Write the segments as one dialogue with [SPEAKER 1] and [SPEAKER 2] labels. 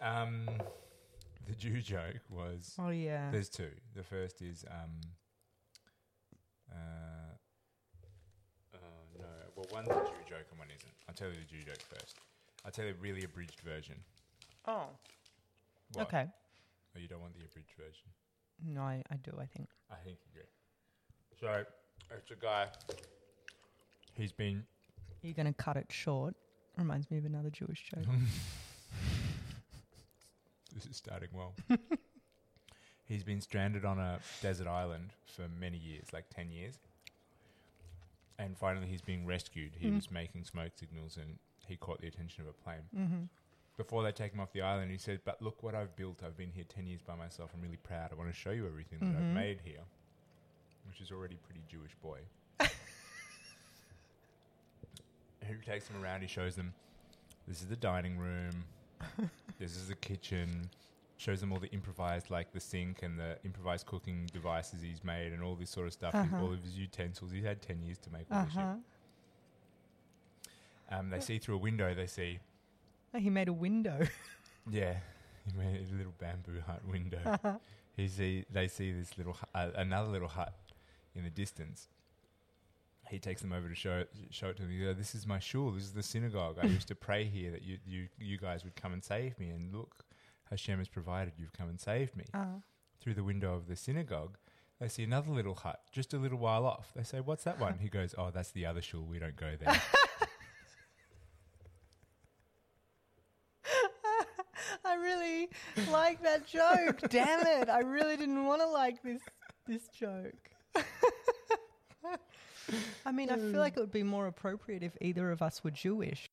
[SPEAKER 1] Um, the Jew joke was
[SPEAKER 2] Oh yeah.
[SPEAKER 1] there's two. The first is um, uh, oh no. Well, one's a Jew joke and one isn't. I'll tell you the Jew joke first. I'll tell you the really abridged version.
[SPEAKER 2] oh.
[SPEAKER 1] What?
[SPEAKER 2] Okay.
[SPEAKER 1] Oh, you don't want the abridged version.
[SPEAKER 2] No, I, I do. I think.
[SPEAKER 1] I think you do. So it's a guy. He's been
[SPEAKER 2] You're gonna cut it short. Reminds me of another Jewish joke.
[SPEAKER 1] This is starting well. He's been stranded on a desert island for many years, like 10 years. And finally, he's being rescued. He
[SPEAKER 2] Mhm.
[SPEAKER 1] was making smoke signals and he caught the attention of a plane.
[SPEAKER 2] mm-hmm.
[SPEAKER 1] Before they take him off the island, he said, But look what I've built. I've been here 10 years by myself. I'm really proud. I want to show you everything that I've
[SPEAKER 2] Mhm.
[SPEAKER 1] made here, which is already pretty Jewish boy. Who takes them around? He shows them, This is the dining room. this is the kitchen. Shows them all the improvised, like the sink and the improvised cooking devices he's made and all this sort of stuff, and
[SPEAKER 2] Uh-huh.
[SPEAKER 1] all of his utensils. He's had 10 years to make all
[SPEAKER 2] Uh
[SPEAKER 1] this shit.
[SPEAKER 2] huh.
[SPEAKER 1] Um, they see through a window, they see,
[SPEAKER 2] Oh, He made a window.
[SPEAKER 1] Yeah, he made a little bamboo hut window. he see they see this little hu- uh, another little hut in the distance. He takes them over to show it, show it to them. He goes, "This is my shul. This is the synagogue. I used to pray here that you you you guys would come and save me. And look, Hashem has provided. You've come and saved me."
[SPEAKER 2] uh,
[SPEAKER 1] Through the window of the synagogue, they see another little hut just a little while off. They say, "What's that one?" He goes, "Oh, that's the other shul. We don't go there."
[SPEAKER 2] I really like that joke. Damn it! I really didn't want to like this this joke. I mean, I feel like it would be more appropriate if either of us were Jewish.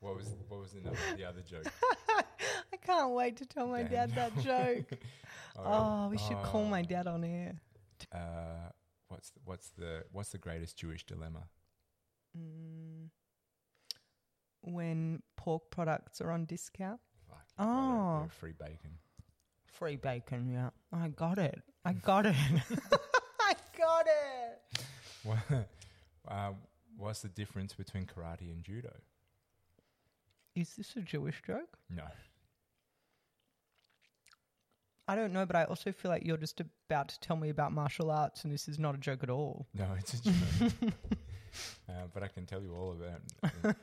[SPEAKER 1] what was what was another, the other joke?
[SPEAKER 2] I can't wait to tell my
[SPEAKER 1] Damn.
[SPEAKER 2] dad that joke. oh, we should call my dad on air.
[SPEAKER 1] uh, what's the, what's the what's the greatest Jewish dilemma?
[SPEAKER 2] Mm. When pork products are on discount,
[SPEAKER 1] Fuck, you've got it,
[SPEAKER 2] Oh.
[SPEAKER 1] the free bacon.
[SPEAKER 2] free bacon. Yeah, Mm. I got it. I got it. I got it.
[SPEAKER 1] What, um, what's the difference between karate and judo?
[SPEAKER 2] Is this a Jewish joke?
[SPEAKER 1] No,
[SPEAKER 2] I don't know, but I also feel like you're just about to tell me about martial arts, and this is not a joke at all.
[SPEAKER 1] no, it's a judo. uh, but I can tell you all about.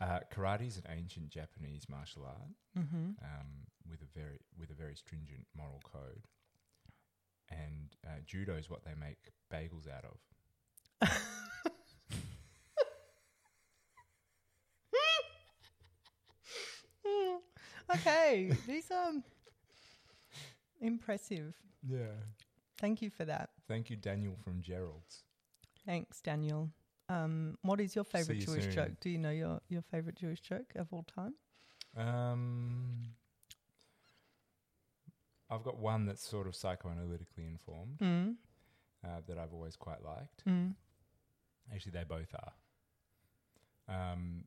[SPEAKER 1] Uh, karate is an ancient Japanese martial art
[SPEAKER 2] Mm-hmm.
[SPEAKER 1] um, with a very with a very stringent moral code, and uh, judo is what they make bagels out of.
[SPEAKER 2] okay, these are impressive.
[SPEAKER 1] Yeah.
[SPEAKER 2] Thank you for that.
[SPEAKER 1] Thank you, Daniel from Gerald's.
[SPEAKER 2] Thanks, Daniel. Um, what is your favorite
[SPEAKER 1] you
[SPEAKER 2] Jewish
[SPEAKER 1] soon.
[SPEAKER 2] joke? Do you know your, your favorite Jewish joke of all time?
[SPEAKER 1] Um, I've got one that's sort of psychoanalytically informed
[SPEAKER 2] Mm.
[SPEAKER 1] uh, that I've always quite liked.
[SPEAKER 2] Mm.
[SPEAKER 1] Actually, they both are. Um,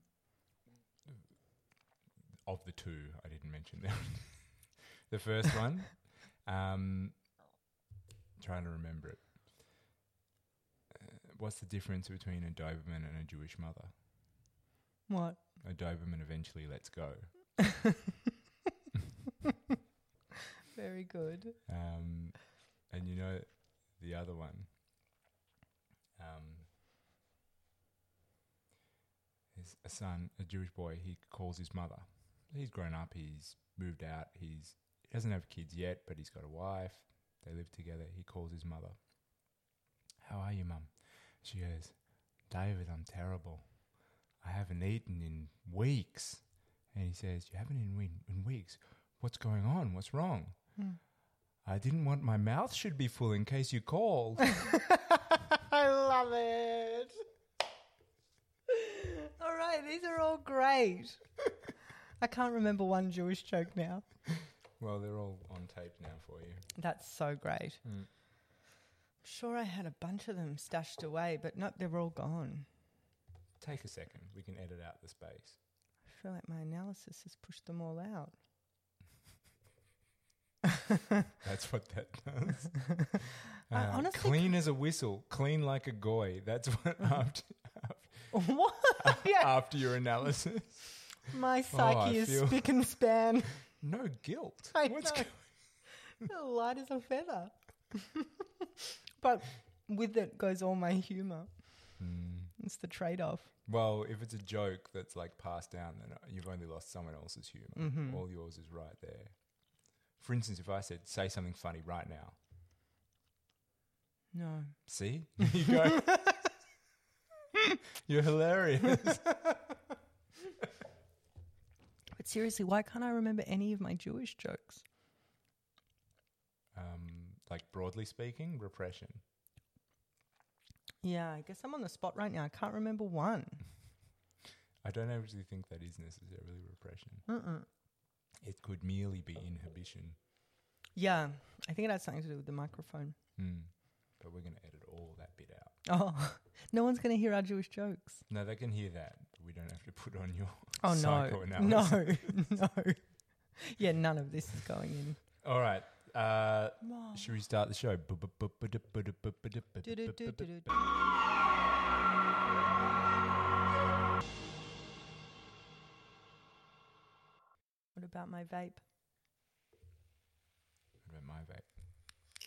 [SPEAKER 1] of the two, I didn't mention them. the first one, um, trying to remember it. Uh, what's the difference between a Doberman and a Jewish mother?
[SPEAKER 2] What?
[SPEAKER 1] A Doberman eventually lets go.
[SPEAKER 2] Very good.
[SPEAKER 1] Um, and you know the other one. Um, his a son, a Jewish boy. He calls his mother. He's grown up. He's moved out. He's he doesn't have kids yet, but he's got a wife. They live together. He calls his mother. How are you, mum? She goes, David, I'm terrible. I haven't eaten in weeks.
[SPEAKER 2] Mm.
[SPEAKER 1] And he says, You haven't eaten in, in weeks. What's going on? What's wrong? I didn't want my mouth should be full in case you called.
[SPEAKER 2] I love it. All right, these are all great. I can't remember one Jewish joke now.
[SPEAKER 1] well, they're all on tape now for you.
[SPEAKER 2] That's so great.
[SPEAKER 1] Mm.
[SPEAKER 2] I'm sure I had a bunch of them stashed away, but nope, they're all gone.
[SPEAKER 1] Take a second. We can edit out the space.
[SPEAKER 2] I feel like my analysis has pushed them all out.
[SPEAKER 1] That's what that does.
[SPEAKER 2] I
[SPEAKER 1] Uh,
[SPEAKER 2] honestly
[SPEAKER 1] clean as a whistle, clean like a goy. That's what after
[SPEAKER 2] what? yeah,
[SPEAKER 1] after your analysis.
[SPEAKER 2] my
[SPEAKER 1] Uh, oh, I
[SPEAKER 2] psyche is
[SPEAKER 1] feel-
[SPEAKER 2] spick and span.
[SPEAKER 1] No guilt.
[SPEAKER 2] I
[SPEAKER 1] What's
[SPEAKER 2] know.
[SPEAKER 1] go-
[SPEAKER 2] Light as a feather. but with it goes all my humour.
[SPEAKER 1] Hmm.
[SPEAKER 2] It's the trade off.
[SPEAKER 1] Well, if it's a joke that's like passed down, then uh, you've only lost someone else's humor.
[SPEAKER 2] Mhm.
[SPEAKER 1] All yours is right there. For instance, if I said, "Say something funny right now,"
[SPEAKER 2] No.
[SPEAKER 1] see, you go, "You're hilarious."
[SPEAKER 2] But seriously, why can't I remember any of my Jewish jokes?
[SPEAKER 1] um, like broadly speaking, repression.
[SPEAKER 2] Yeah, I guess I'm on the spot right now. I can't remember one.
[SPEAKER 1] I don't actually think that is necessarily repression.
[SPEAKER 2] Mm-mm.
[SPEAKER 1] It could merely be inhibition.
[SPEAKER 2] Yeah, I think it had something to do with the microphone.
[SPEAKER 1] Hmm. But we're going to edit all that bit out.
[SPEAKER 2] Oh, no one's going to hear our Jewish jokes.
[SPEAKER 1] No, they can hear that. But we don't have to put on your.
[SPEAKER 2] Oh, no. No,
[SPEAKER 1] Psychoanalysis.
[SPEAKER 2] no. Yeah, none of this is going in.
[SPEAKER 1] All right. Uh,
[SPEAKER 2] Wow.
[SPEAKER 1] Should we start the show?
[SPEAKER 2] Do-do-do-do-do. What about my vape?
[SPEAKER 1] What about my vape?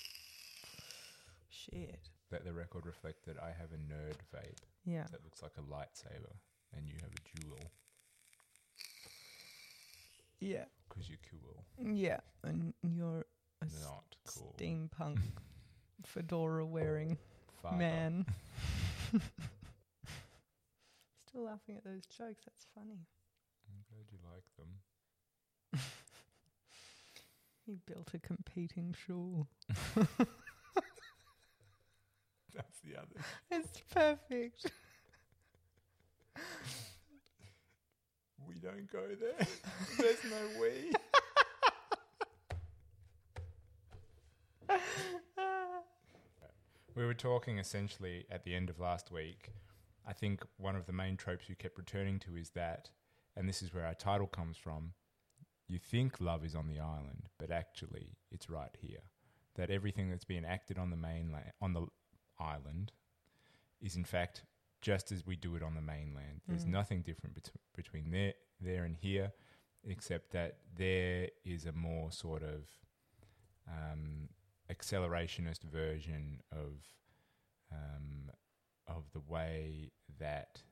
[SPEAKER 2] Shit.
[SPEAKER 1] Let the record reflect that I have a nerd vape
[SPEAKER 2] Yeah.
[SPEAKER 1] that looks like a lightsaber, and you have a jewel
[SPEAKER 2] Yeah.
[SPEAKER 1] because you're cool.
[SPEAKER 2] Yeah. And you're a
[SPEAKER 1] Not cool.
[SPEAKER 2] steampunk fedora wearing
[SPEAKER 1] Father.
[SPEAKER 2] man. Still laughing at those jokes. That's funny.
[SPEAKER 1] I'm glad you like them.
[SPEAKER 2] He built a competing shul.
[SPEAKER 1] That's the other.
[SPEAKER 2] It's perfect.
[SPEAKER 1] We don't go there. There's no we. We were talking essentially at the end of last week. I think one of the main tropes you kept returning to is that, and this is where our title comes from you think love is on the island, but actually it's right here. That everything that's being acted on the mainland, on the island, is in fact just as we do it on the mainland. There's
[SPEAKER 2] Mm.
[SPEAKER 1] nothing different bet- between there, there and here, except that there is a more sort of um, accelerationist version of um, of the way that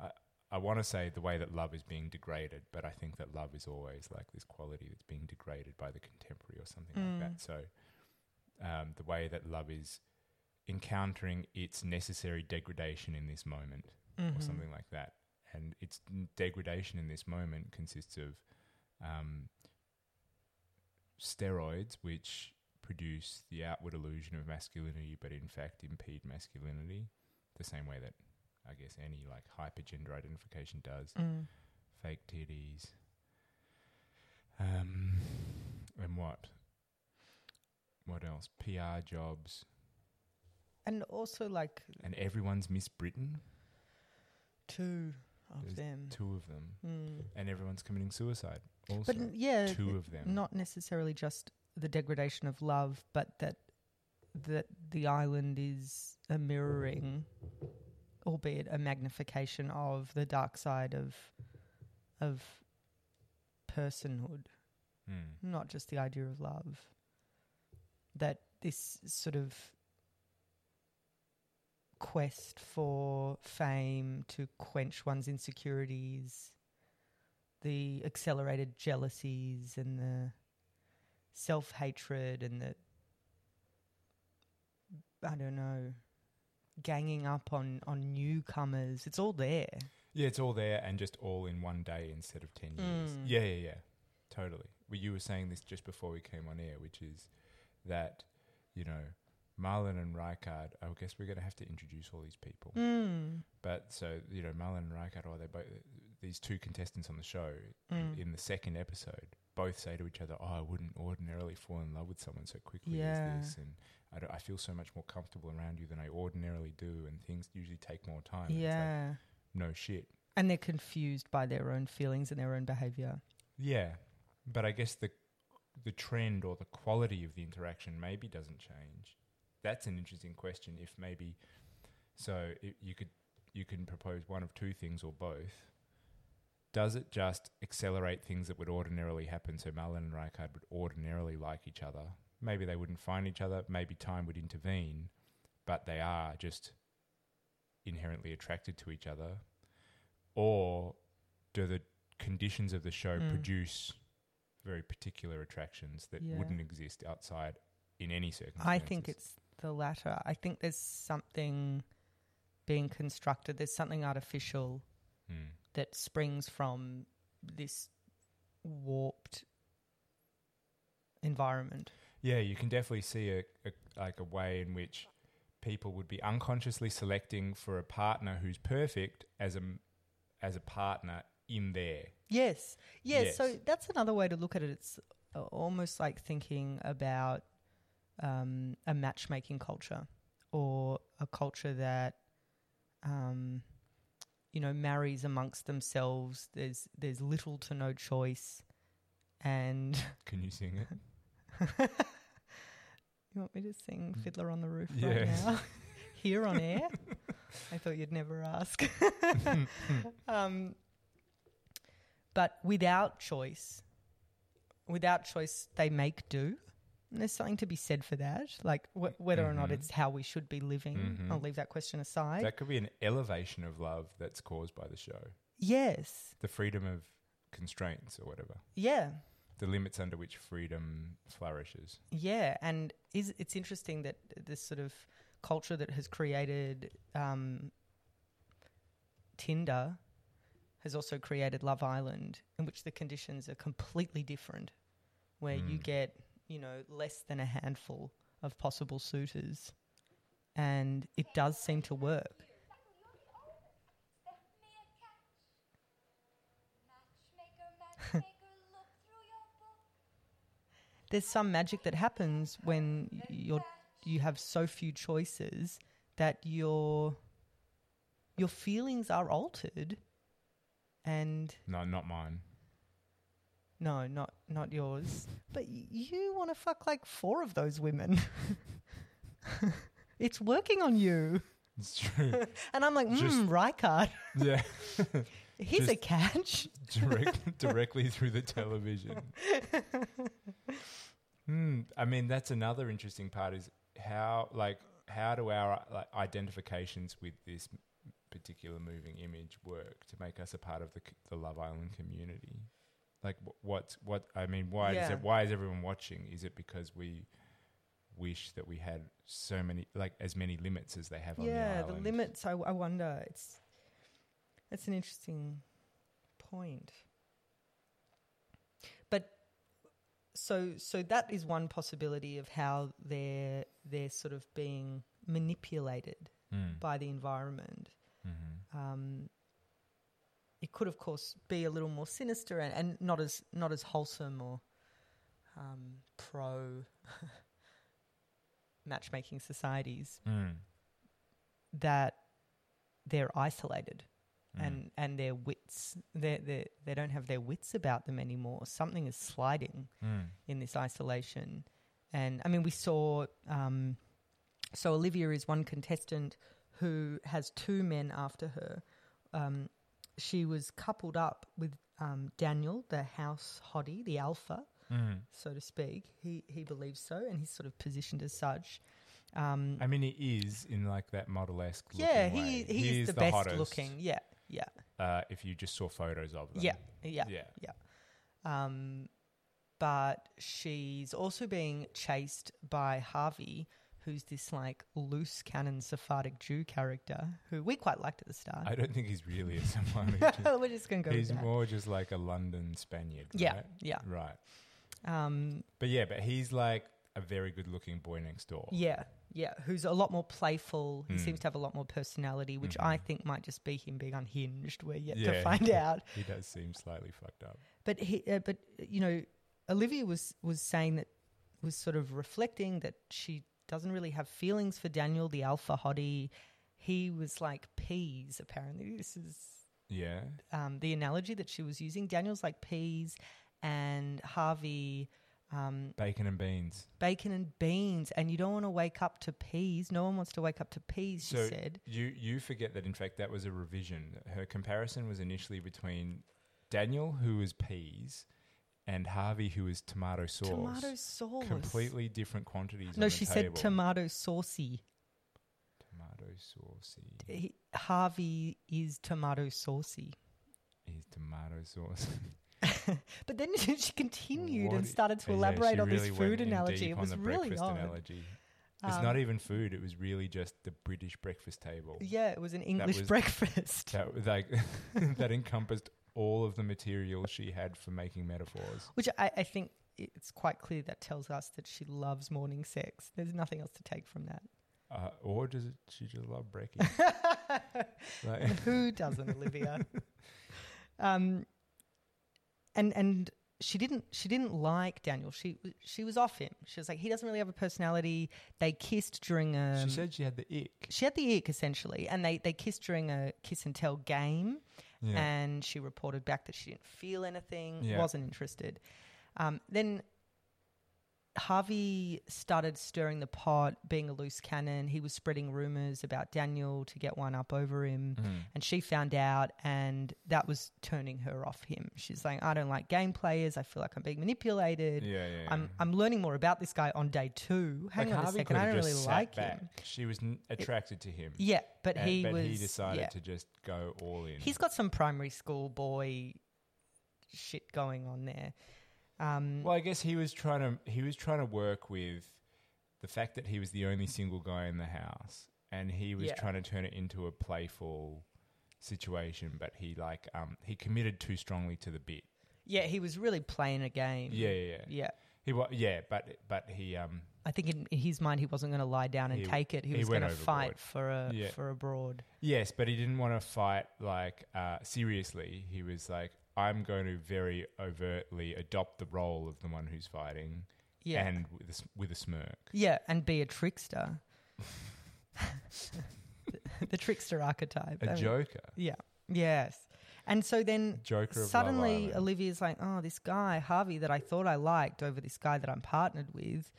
[SPEAKER 1] I, I want to say the way that love is being degraded, but I think that love is always like this quality that's being degraded by the contemporary or something like
[SPEAKER 2] Mm.
[SPEAKER 1] that. So um, the way that love is encountering its necessary degradation in this moment
[SPEAKER 2] Mm-hmm.
[SPEAKER 1] or something like that. And its n- degradation in this moment consists of um, steroids, which produce the outward illusion of masculinity, but in fact impede masculinity, the same way that I guess any like hypergender identification does.
[SPEAKER 2] Mm.
[SPEAKER 1] Fake titties. Um, and what? What else? PR jobs.
[SPEAKER 2] And also, like,
[SPEAKER 1] And everyone's Miss Britain.
[SPEAKER 2] two of
[SPEAKER 1] There's
[SPEAKER 2] them.
[SPEAKER 1] Two of them.
[SPEAKER 2] Mm.
[SPEAKER 1] And everyone's committing suicide. Also.
[SPEAKER 2] But Uh, n- yeah,
[SPEAKER 1] two
[SPEAKER 2] it-
[SPEAKER 1] of them.
[SPEAKER 2] not necessarily just the degradation of love, but that that the island is a mirroring, albeit a magnification of the dark side of of personhood,
[SPEAKER 1] Hmm.
[SPEAKER 2] not just the idea of love. That this sort of quest for fame to quench one's insecurities, the accelerated jealousies and the self hatred and the I don't know ganging up on on newcomers. It's all there.
[SPEAKER 1] Yeah, it's all there and just all in one day instead of 10 years.
[SPEAKER 2] Mm.
[SPEAKER 1] Yeah, yeah, yeah. Totally. well, you were saying this just before we came on air, which is that you know Marlon and Rijkaard. I guess we're going to have to introduce all these people.
[SPEAKER 2] Mm.
[SPEAKER 1] But so you know, Marlon and Rijkaard, or they both these two contestants on the show
[SPEAKER 2] Mm.
[SPEAKER 1] in the second episode, both say to each other, "Oh, I wouldn't ordinarily fall in love with someone so quickly
[SPEAKER 2] Yeah.
[SPEAKER 1] as this," and I, don't- I feel so much more comfortable around you than I ordinarily do, and things usually take more time. And it's like,
[SPEAKER 2] Yeah.
[SPEAKER 1] no shit.
[SPEAKER 2] And they're confused by their own feelings and their own behavior.
[SPEAKER 1] Yeah, but I guess the the trend or the quality of the interaction maybe doesn't change. That's an interesting question. If maybe so, i you could you can propose one of two things or both. Does it just accelerate things that would ordinarily happen? So Marlon and Rijkaard would ordinarily like each other. Maybe they wouldn't find each other. Maybe time would intervene, but they are just inherently attracted to each other. Or do the conditions of the show
[SPEAKER 2] Mm.
[SPEAKER 1] produce very particular attractions that
[SPEAKER 2] Yeah.
[SPEAKER 1] wouldn't exist outside in any circumstances?
[SPEAKER 2] I think it's the latter. I think there's something being constructed, there's something artificial
[SPEAKER 1] Mm.
[SPEAKER 2] that springs from this warped environment.
[SPEAKER 1] Yeah, you can definitely see a, a like a way in which people would be unconsciously selecting for a partner who's perfect as a m- as a partner in there.
[SPEAKER 2] Yes. yes. So
[SPEAKER 1] Yes.
[SPEAKER 2] that's another way to look at it. It's uh, almost like thinking about um, a matchmaking culture or a culture that, um, you know, marries amongst themselves. There's there's little to no choice, and
[SPEAKER 1] Can you sing it?
[SPEAKER 2] you want me to sing "Fiddler on the Roof" right
[SPEAKER 1] Yeah.
[SPEAKER 2] now, here on air? I thought you'd never ask. um, but without choice, without choice, they make do. And there's something to be said for that, like wh- whether or not
[SPEAKER 1] Mhm.
[SPEAKER 2] it's how we should be living.
[SPEAKER 1] Mhm.
[SPEAKER 2] I'll leave that question aside.
[SPEAKER 1] that could be an elevation of love that's caused by the show.
[SPEAKER 2] yes,
[SPEAKER 1] The freedom of constraints or whatever.
[SPEAKER 2] yeah,
[SPEAKER 1] The limits under which freedom flourishes.
[SPEAKER 2] yeah. And is it's interesting that this sort of culture that has created um, Tinder has also created Love Island, in which the conditions are completely different, where you
[SPEAKER 1] Mm.
[SPEAKER 2] get, you know, less than a handful of possible suitors. And it does seem to work. There's some magic that happens when y- you're, you have so few choices that your, your feelings are altered. And
[SPEAKER 1] No, not mine.
[SPEAKER 2] No, not not yours. But y- you want to fuck like four of those women. it's working on you.
[SPEAKER 1] It's true.
[SPEAKER 2] And I'm like,
[SPEAKER 1] Just-
[SPEAKER 2] hmm, Rykard,
[SPEAKER 1] yeah.
[SPEAKER 2] he's a
[SPEAKER 1] Just-
[SPEAKER 2] catch.
[SPEAKER 1] Direct, directly through the television. Hmm. I mean, that's another interesting part is how, like, how do our like, identifications with this m- particular moving image work to make us a part of the c- the Love Island community? Like, wh- what's what? I mean, why does
[SPEAKER 2] Yeah.
[SPEAKER 1] it, why is everyone watching? Is it because we wish that we had so many, like, as many limits as they have on the
[SPEAKER 2] yeah,
[SPEAKER 1] island?
[SPEAKER 2] the limits. I, I wonder. It's it's an interesting point. But so so that is one possibility of how they're they're sort of being manipulated
[SPEAKER 1] Mm.
[SPEAKER 2] by the environment.
[SPEAKER 1] Mhm.
[SPEAKER 2] um, it could, of course, be a little more sinister and, and not as not as wholesome or um, pro matchmaking societies
[SPEAKER 1] Mm.
[SPEAKER 2] that they're isolated
[SPEAKER 1] Mm.
[SPEAKER 2] and and their wits they they they don't have their wits about them anymore. Something is sliding
[SPEAKER 1] Mm.
[SPEAKER 2] in this isolation. And I mean, we saw, um, so Olivia is one contestant who has two men after her. Um, she was coupled up with um, Daniel, the house hottie, the alpha,
[SPEAKER 1] Mm.
[SPEAKER 2] so to speak. He, he believes so, and he's sort of positioned as such. Um,
[SPEAKER 1] I mean, he is in like that model esque.
[SPEAKER 2] yeah, he, he, is, the, best
[SPEAKER 1] hottest,
[SPEAKER 2] looking. Yeah, yeah,
[SPEAKER 1] Uh, if you just saw photos of them,
[SPEAKER 2] yeah, yeah.
[SPEAKER 1] yeah.
[SPEAKER 2] Um, but she's also being chased by Harvey, who's this like loose cannon Sephardic Jew character who we quite liked at the start.
[SPEAKER 1] I don't think he's really a Somali.
[SPEAKER 2] We're just going to go with
[SPEAKER 1] he's
[SPEAKER 2] that.
[SPEAKER 1] more just like a London Spaniard.
[SPEAKER 2] yeah,
[SPEAKER 1] right?
[SPEAKER 2] yeah.
[SPEAKER 1] Right.
[SPEAKER 2] Um,
[SPEAKER 1] But yeah, but he's like a very good looking boy next door.
[SPEAKER 2] yeah, yeah, who's a lot more playful. He
[SPEAKER 1] Mm.
[SPEAKER 2] seems to have a lot more personality, which I
[SPEAKER 1] Mhm.
[SPEAKER 2] think might just be him being unhinged. We're yet to
[SPEAKER 1] Yeah.
[SPEAKER 2] find out.
[SPEAKER 1] He does seem slightly fucked up.
[SPEAKER 2] But he, uh, but you know, Olivia was was saying that was sort of reflecting that she doesn't really have feelings for Daniel, the alpha hottie. He was like peas. Apparently, this is
[SPEAKER 1] Yeah.
[SPEAKER 2] um, the analogy that she was using. Daniel's like peas and Harvey um,
[SPEAKER 1] Bacon and beans.
[SPEAKER 2] bacon and beans, and you don't want to wake up to peas. No one wants to wake up to peas, she
[SPEAKER 1] So-
[SPEAKER 2] said.
[SPEAKER 1] You you forget that in fact that was a revision. Her comparison was initially between Daniel, who was peas, and Harvey, who was tomato sauce.
[SPEAKER 2] Tomato sauce.
[SPEAKER 1] Completely different quantities.
[SPEAKER 2] No,
[SPEAKER 1] on the
[SPEAKER 2] she said
[SPEAKER 1] table.
[SPEAKER 2] tomato saucy.
[SPEAKER 1] Tomato saucy
[SPEAKER 2] He, Harvey is tomato saucy.
[SPEAKER 1] is tomato sauce.
[SPEAKER 2] But then she continued
[SPEAKER 1] What
[SPEAKER 2] and
[SPEAKER 1] i-
[SPEAKER 2] started to
[SPEAKER 1] Yeah,
[SPEAKER 2] elaborate
[SPEAKER 1] she
[SPEAKER 2] on
[SPEAKER 1] really
[SPEAKER 2] this
[SPEAKER 1] went
[SPEAKER 2] food
[SPEAKER 1] in
[SPEAKER 2] analogy.
[SPEAKER 1] deep
[SPEAKER 2] It
[SPEAKER 1] on
[SPEAKER 2] was
[SPEAKER 1] the
[SPEAKER 2] really
[SPEAKER 1] breakfast
[SPEAKER 2] odd.
[SPEAKER 1] analogy. It's
[SPEAKER 2] Um,
[SPEAKER 1] not even food. It was really just the British breakfast table.
[SPEAKER 2] Yeah, it was an English
[SPEAKER 1] was-
[SPEAKER 2] breakfast.
[SPEAKER 1] That w- like that encompassed all of the material she had for making metaphors.
[SPEAKER 2] Which I, I think it's quite clear that tells us that she loves morning sex. There's nothing else to take from
[SPEAKER 1] Uh, or does it, she just love brekkie?
[SPEAKER 2] that.
[SPEAKER 1] Like,
[SPEAKER 2] And Who doesn't, Olivia? Um, and and she didn't she didn't like Daniel. She w- she was off him. She was like he doesn't really have a personality. They kissed during um, a
[SPEAKER 1] she said she had the ick.
[SPEAKER 2] she had the ick essentially, and they they kissed during a kiss and tell game.
[SPEAKER 1] Yeah.
[SPEAKER 2] and she reported back that she didn't feel anything,
[SPEAKER 1] Yeah.
[SPEAKER 2] wasn't interested. Um, then Harvey started stirring the pot, being a loose cannon. He was spreading rumors about Daniel to get one up over him.
[SPEAKER 1] Mm.
[SPEAKER 2] And she found out, and that was turning her off him. She's saying, I don't like game players. I feel like I'm being manipulated.
[SPEAKER 1] Yeah, yeah, yeah.
[SPEAKER 2] I'm, I'm learning more about this guy on day two. Hang
[SPEAKER 1] Like,
[SPEAKER 2] on
[SPEAKER 1] Harvey
[SPEAKER 2] a second.
[SPEAKER 1] could've
[SPEAKER 2] I don't
[SPEAKER 1] just
[SPEAKER 2] really
[SPEAKER 1] sat
[SPEAKER 2] like
[SPEAKER 1] back.
[SPEAKER 2] him.
[SPEAKER 1] She was n- attracted to him.
[SPEAKER 2] Yeah, but
[SPEAKER 1] And-
[SPEAKER 2] he
[SPEAKER 1] but
[SPEAKER 2] was.
[SPEAKER 1] he decided
[SPEAKER 2] yeah.
[SPEAKER 1] to just go all in.
[SPEAKER 2] He's got some primary school boy shit going on there. Um,
[SPEAKER 1] well, I guess he was trying to he was trying to work with the fact that he was the only single guy in the house, and he was
[SPEAKER 2] Yeah.
[SPEAKER 1] trying to turn it into a playful situation. But he like um he committed too strongly to the bit.
[SPEAKER 2] yeah, he was really playing a game.
[SPEAKER 1] Yeah, yeah, yeah.
[SPEAKER 2] yeah.
[SPEAKER 1] He wa- yeah, but but he um
[SPEAKER 2] I think in, in his mind, he wasn't going to lie down and
[SPEAKER 1] He-
[SPEAKER 2] take it. He,
[SPEAKER 1] he
[SPEAKER 2] was
[SPEAKER 1] went
[SPEAKER 2] going to fight
[SPEAKER 1] overboard.
[SPEAKER 2] for a
[SPEAKER 1] Yeah.
[SPEAKER 2] for a broad.
[SPEAKER 1] yes, but he didn't want to fight like uh, seriously. He was like, I'm going to very overtly adopt the role of the one who's fighting,
[SPEAKER 2] Yeah,
[SPEAKER 1] and with a, s- with a smirk.
[SPEAKER 2] yeah, and be a trickster. the trickster archetype.
[SPEAKER 1] A
[SPEAKER 2] I mean,
[SPEAKER 1] joker,
[SPEAKER 2] Yeah. Yes. And so then
[SPEAKER 1] joker. Of Love
[SPEAKER 2] suddenly
[SPEAKER 1] Island.
[SPEAKER 2] Olivia's like, oh, this guy, Harvey, that I thought I liked over this guy that I'm partnered with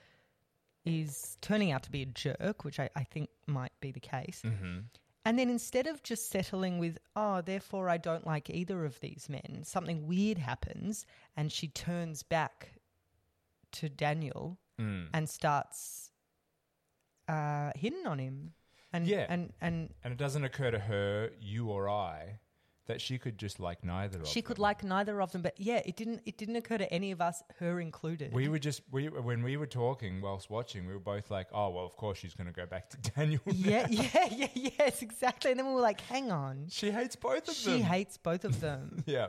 [SPEAKER 2] is turning out to be a jerk, which I, I think might be the case.
[SPEAKER 1] Mhm.
[SPEAKER 2] And then instead of just settling with, oh, therefore I don't like either of these men, something weird happens and she turns back to Daniel
[SPEAKER 1] Mm.
[SPEAKER 2] and starts uh, hitting on him. And,
[SPEAKER 1] Yeah.
[SPEAKER 2] and, and
[SPEAKER 1] And it doesn't occur to her, you or I, that she could just like neither of
[SPEAKER 2] she could
[SPEAKER 1] them.
[SPEAKER 2] like neither of them, but yeah, it didn't. It didn't occur to any of us, her included.
[SPEAKER 1] We were just we when we were talking whilst watching, we were both like, "Oh well, of course she's going to go back to Daniel."
[SPEAKER 2] yeah, yeah, yeah, yes, exactly. And then we were like, hang on.
[SPEAKER 1] she hates both of
[SPEAKER 2] She
[SPEAKER 1] them.
[SPEAKER 2] hates both of them.
[SPEAKER 1] yeah,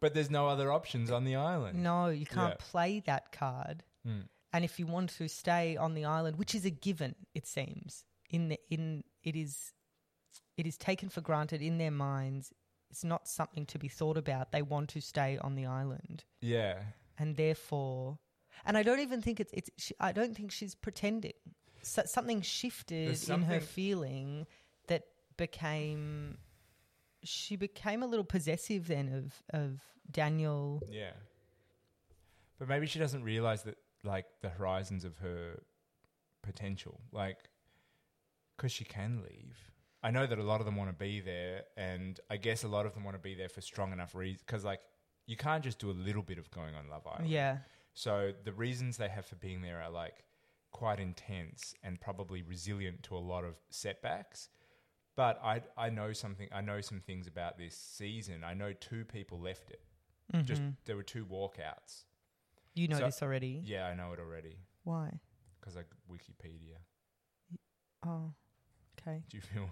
[SPEAKER 1] but there's no other options on the island.
[SPEAKER 2] no, you can't
[SPEAKER 1] Yeah.
[SPEAKER 2] play that card.
[SPEAKER 1] Mm.
[SPEAKER 2] And if you want to stay on the island, which is a given, it seems, in the in it is it is taken for granted in their minds. It's not something to be thought about. They want to stay on the island.
[SPEAKER 1] Yeah,
[SPEAKER 2] and therefore, and I don't even think it's it's. She, I don't think she's pretending. So, something shifted
[SPEAKER 1] There's
[SPEAKER 2] in her
[SPEAKER 1] something-
[SPEAKER 2] feeling that became. She became a little possessive then of of Daniel.
[SPEAKER 1] yeah. But maybe she doesn't realize that like the horizons of her potential, like because she can leave. I know that a lot of them want to be there, and I guess a lot of them want to be there for strong enough reasons. Because like you can't just do a little bit of going on Love Island.
[SPEAKER 2] Yeah,
[SPEAKER 1] So the reasons they have for being there are like quite intense and probably resilient to a lot of setbacks. But I I know something I know some things about this season. I know two people left it. Just there were two walkouts.
[SPEAKER 2] Mm-hmm. you know
[SPEAKER 1] So-
[SPEAKER 2] this already.
[SPEAKER 1] Yeah, I know it already
[SPEAKER 2] Why?
[SPEAKER 1] because I Wikipedia.
[SPEAKER 2] Oh, okay.
[SPEAKER 1] Do you feel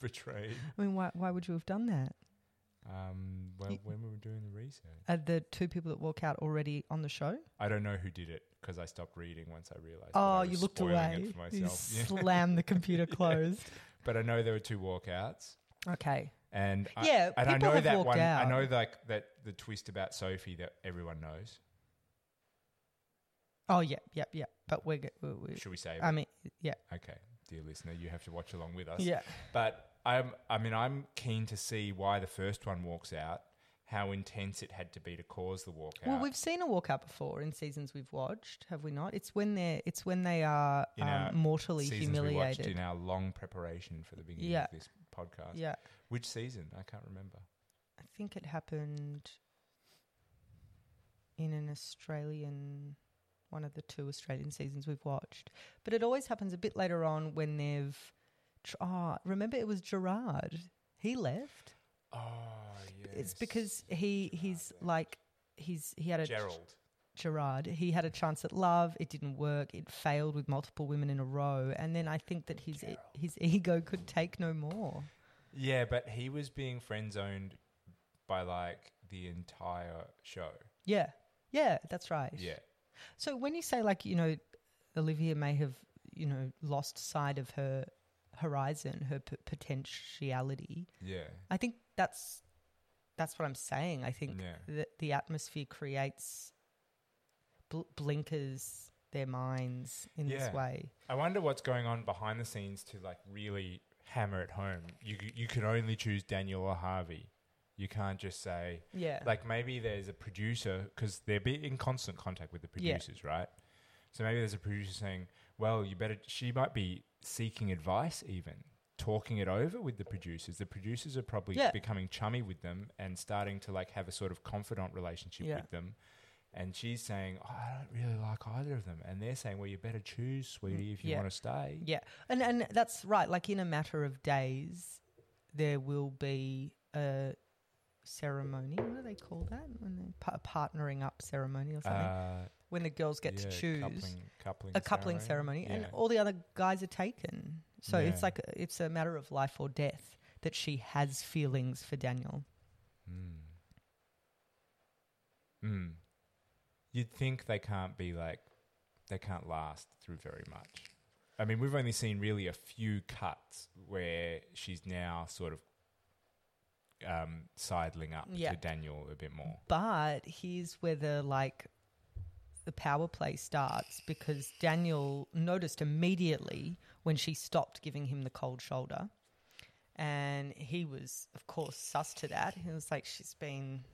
[SPEAKER 1] betrayed?
[SPEAKER 2] I mean, why why would you have done that?
[SPEAKER 1] Um, when,
[SPEAKER 2] Y-
[SPEAKER 1] when we were doing the research,
[SPEAKER 2] Are the two people that walk out already on the show?
[SPEAKER 1] I don't know who did it because I stopped reading once I realized. that I
[SPEAKER 2] Oh,
[SPEAKER 1] was
[SPEAKER 2] you looked
[SPEAKER 1] spoiling
[SPEAKER 2] away.
[SPEAKER 1] It for
[SPEAKER 2] You
[SPEAKER 1] myself. Yeah.
[SPEAKER 2] slammed the computer
[SPEAKER 1] Yeah.
[SPEAKER 2] closed.
[SPEAKER 1] But I know there were two walkouts,
[SPEAKER 2] Okay.
[SPEAKER 1] and I,
[SPEAKER 2] yeah,
[SPEAKER 1] and
[SPEAKER 2] people
[SPEAKER 1] I know
[SPEAKER 2] have
[SPEAKER 1] that
[SPEAKER 2] walked
[SPEAKER 1] one.
[SPEAKER 2] out.
[SPEAKER 1] I know like that the twist about Sophie that everyone knows.
[SPEAKER 2] Oh, yeah, yeah, yeah. But we're, g- we we
[SPEAKER 1] Should we say?
[SPEAKER 2] I mean, yeah,
[SPEAKER 1] okay, dear listener, you have to watch along with us.
[SPEAKER 2] yeah.
[SPEAKER 1] But I'm, I mean, I'm keen to see why the first one walks out, how intense it had to be to cause the walkout.
[SPEAKER 2] Well, we've seen a walkout before in seasons we've watched, have we not? It's when they're it's when they are
[SPEAKER 1] In our
[SPEAKER 2] um, mortally
[SPEAKER 1] seasons we watched
[SPEAKER 2] humiliated.
[SPEAKER 1] in our long preparation for the beginning
[SPEAKER 2] Yeah.
[SPEAKER 1] of this podcast.
[SPEAKER 2] yeah,
[SPEAKER 1] Which season? I can't remember.
[SPEAKER 2] I think it happened in an Australian one of the two Australian seasons we've watched, but it always happens a bit later on when they've. Tr- oh, remember it was Gerard. He left.
[SPEAKER 1] Oh,
[SPEAKER 2] It's because he he's like he's he had a
[SPEAKER 1] Gerald.
[SPEAKER 2] Gerard. He had a chance at love. It didn't work. It failed with multiple women in a row. And then I think that his e-,
[SPEAKER 1] Gerald.
[SPEAKER 2] his ego could take no more.
[SPEAKER 1] Yeah, but he was being friend zoned by like the entire show.
[SPEAKER 2] Yeah, yeah, that's right.
[SPEAKER 1] Yeah.
[SPEAKER 2] So when you say like you know, Olivia may have you know lost sight of her horizon, her p- potentiality.
[SPEAKER 1] Yeah.
[SPEAKER 2] I think that's that's what I'm saying. I think
[SPEAKER 1] Yeah.
[SPEAKER 2] that the atmosphere creates bl- blinkers their minds in
[SPEAKER 1] Yeah.
[SPEAKER 2] this way.
[SPEAKER 1] I wonder what's going on behind the scenes to like really hammer it home. You c- you can only choose Daniel or Harvey. You can't just say
[SPEAKER 2] Yeah.
[SPEAKER 1] like maybe there's a producer because they're be in constant contact with the
[SPEAKER 2] Yeah.
[SPEAKER 1] producers, right? So maybe there's a producer saying, "Well, you better." She might be seeking advice, even talking it over with the producers. The producers are probably
[SPEAKER 2] Yeah.
[SPEAKER 1] becoming chummy with them and starting to like have a sort of confidant relationship
[SPEAKER 2] Yeah.
[SPEAKER 1] with them. And she's saying, oh, "I don't really like either of them," and they're saying, "Well, you better choose, sweetie, if you
[SPEAKER 2] Mm, yeah.
[SPEAKER 1] want to stay."
[SPEAKER 2] Yeah, and and that's right. Like in a matter of days, there will be a ceremony. What do they call that when they pa- partnering up ceremony or something?
[SPEAKER 1] Uh,
[SPEAKER 2] when the girls get to
[SPEAKER 1] yeah,
[SPEAKER 2] choose
[SPEAKER 1] coupling, coupling
[SPEAKER 2] a coupling ceremony,
[SPEAKER 1] Yeah.
[SPEAKER 2] and all the other guys are taken. So
[SPEAKER 1] Yeah.
[SPEAKER 2] it's like a- it's a matter of life or death that she has feelings for Daniel.
[SPEAKER 1] Mm. Mm. You'd think they can't be like, they can't last through very much. I mean, we've only seen really a few cuts where she's now sort of um, sidling up
[SPEAKER 2] Yeah.
[SPEAKER 1] to Daniel a bit more.
[SPEAKER 2] But here's where the like the power play starts because Daniel noticed immediately when she stopped giving him the cold shoulder. And he was, of course, sus to that. He was like, She's been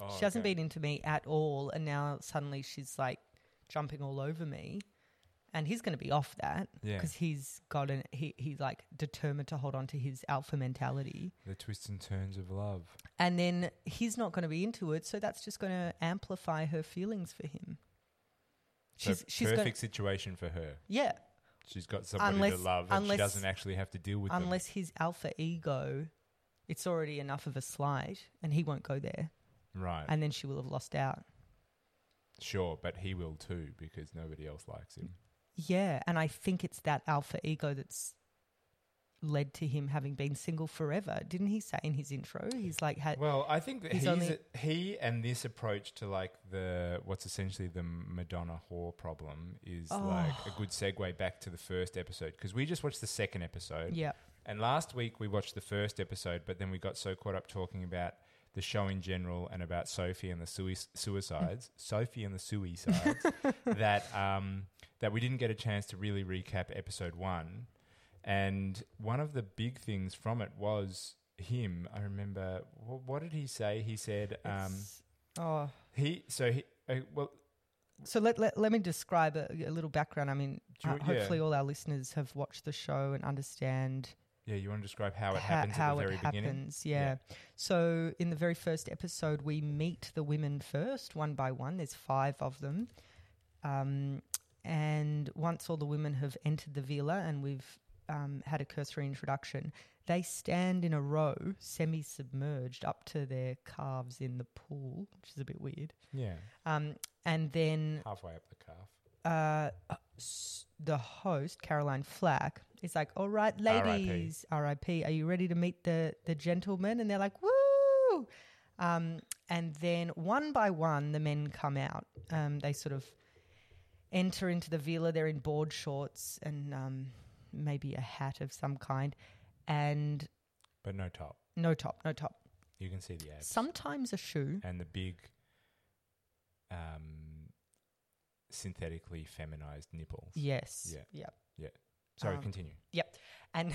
[SPEAKER 1] Oh,
[SPEAKER 2] she hasn't been into me at all and now suddenly she's like jumping all over me. And he's gonna be off that
[SPEAKER 1] Yeah,
[SPEAKER 2] because he's got an he he's like determined to hold on to his alpha mentality
[SPEAKER 1] the twists and turns of love.
[SPEAKER 2] and then he's not going to be into it, so that's just going to amplify her feelings for him. She's
[SPEAKER 1] so
[SPEAKER 2] she's
[SPEAKER 1] perfect
[SPEAKER 2] going
[SPEAKER 1] situation for her.
[SPEAKER 2] yeah,
[SPEAKER 1] She's got somebody to
[SPEAKER 2] Unless-
[SPEAKER 1] love, and she
[SPEAKER 2] unless-
[SPEAKER 1] doesn't actually have to deal with them.
[SPEAKER 2] unless his alpha ego, it's already enough of a slight, and he won't go there,
[SPEAKER 1] Right.
[SPEAKER 2] and then she will have lost out.
[SPEAKER 1] Sure, but he will too because nobody else likes him.
[SPEAKER 2] Yeah, and I think it's that alpha ego that's led to him having been single forever. Didn't he say in his intro? He's like had
[SPEAKER 1] Well, I think that
[SPEAKER 2] He's
[SPEAKER 1] he's,
[SPEAKER 2] only-
[SPEAKER 1] he and this approach to like the what's essentially the Madonna whore problem is like a good segue back to the first episode because we just watched the second episode
[SPEAKER 2] yeah
[SPEAKER 1] and last week we watched the first episode, but then we got so caught up talking about the show in general and about Sophie and the sui- suicides, Sophie and the suicides, that um, that we didn't get a chance to really recap episode one. And one of the big things from it was him. I remember wh- what did he say? He said um,
[SPEAKER 2] it's- oh
[SPEAKER 1] he so he uh, well
[SPEAKER 2] So let, let, let me describe a, a little background. I mean,
[SPEAKER 1] Do you-
[SPEAKER 2] uh,
[SPEAKER 1] yeah.
[SPEAKER 2] hopefully all our listeners have watched the show and understand
[SPEAKER 1] yeah. You want to describe how it
[SPEAKER 2] ho-
[SPEAKER 1] happens
[SPEAKER 2] how
[SPEAKER 1] at the
[SPEAKER 2] it
[SPEAKER 1] very beginning?
[SPEAKER 2] happens. Yeah. So in the very first episode, we meet the women first, one by one. There's five of them. Um, and once all the women have entered the villa and we've um, had a cursory introduction, they stand in a row, semi submerged, up to their calves in the pool, which is a bit weird.
[SPEAKER 1] Yeah,
[SPEAKER 2] Um, and then
[SPEAKER 1] halfway up the calf.
[SPEAKER 2] uh, s- the host Caroline Flack is like, "All right,
[SPEAKER 1] R.I.P..
[SPEAKER 2] ladies, R.I.P. Are you ready to meet the the gentleman?" And they're like, "Woo!" Um, and then one by one, the men come out. Um, they sort of enter into the villa. They're in board shorts and um, maybe a hat of some kind, and
[SPEAKER 1] but no top.
[SPEAKER 2] no top, no top.
[SPEAKER 1] You can see the abs
[SPEAKER 2] Sometimes a shoe.
[SPEAKER 1] and the big, um, synthetically feminized nipples.
[SPEAKER 2] Yes.
[SPEAKER 1] Yeah.
[SPEAKER 2] Yep.
[SPEAKER 1] Sorry,
[SPEAKER 2] Um,
[SPEAKER 1] continue.
[SPEAKER 2] And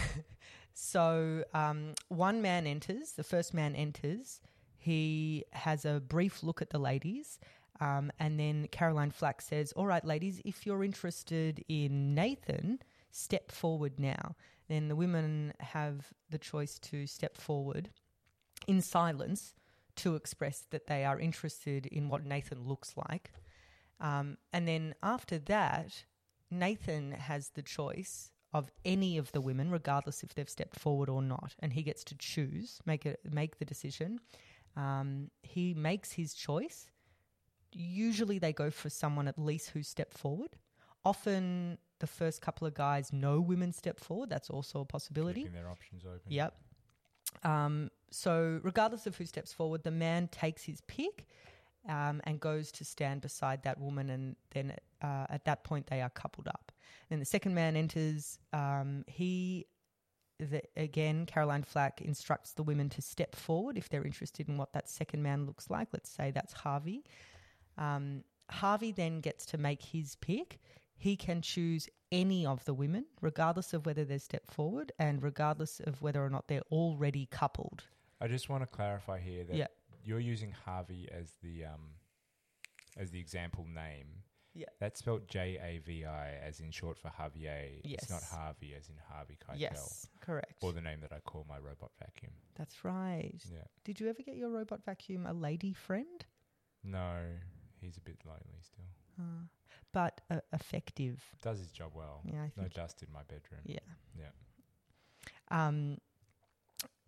[SPEAKER 2] so um, one man enters, the first man enters. He has a brief look at the ladies. Um, and then Caroline Flack says, All right, ladies, if you're interested in Nathan, step forward now. Then the women have the choice to step forward in silence to express that they are interested in what Nathan looks like. Um, and then after that, Nathan has the choice of any of the women, regardless if they've stepped forward or not, and he gets to choose, make it, make the decision. Um, he makes his choice. Usually, they go for someone at least who stepped forward. Often, the first couple of guys know women step forward. That's also a possibility.
[SPEAKER 1] Keeping their options open.
[SPEAKER 2] Yep. Um, so, regardless of who steps forward, the man takes his pick um, and goes to stand beside that woman, and then uh, at that point they are coupled up. Then the second man enters. Um, he, the, again, Caroline Flack instructs the women to step forward if they're interested in what that second man looks like. Let's say that's Harvey. Um, Harvey then gets to make his pick. He can choose any of the women, regardless of whether they step forward and regardless of whether or not they're already coupled.
[SPEAKER 1] I just want to clarify here that
[SPEAKER 2] Yeah.
[SPEAKER 1] you're using Harvey as the um, as the example name.
[SPEAKER 2] Yeah.
[SPEAKER 1] That's spelled J A V I, as in short for Javier. It's not
[SPEAKER 2] Yes.
[SPEAKER 1] Harvey, as in Harvey Keitel.
[SPEAKER 2] yes, correct.
[SPEAKER 1] Or the name that I call my robot vacuum.
[SPEAKER 2] That's right.
[SPEAKER 1] Yeah.
[SPEAKER 2] Did you ever get your robot vacuum a lady friend?
[SPEAKER 1] No, he's a bit lonely still.
[SPEAKER 2] Uh, but uh, effective.
[SPEAKER 1] Does his job well.
[SPEAKER 2] Yeah, I
[SPEAKER 1] No
[SPEAKER 2] think.
[SPEAKER 1] dust in my bedroom.
[SPEAKER 2] Yeah.
[SPEAKER 1] Yeah.
[SPEAKER 2] Um,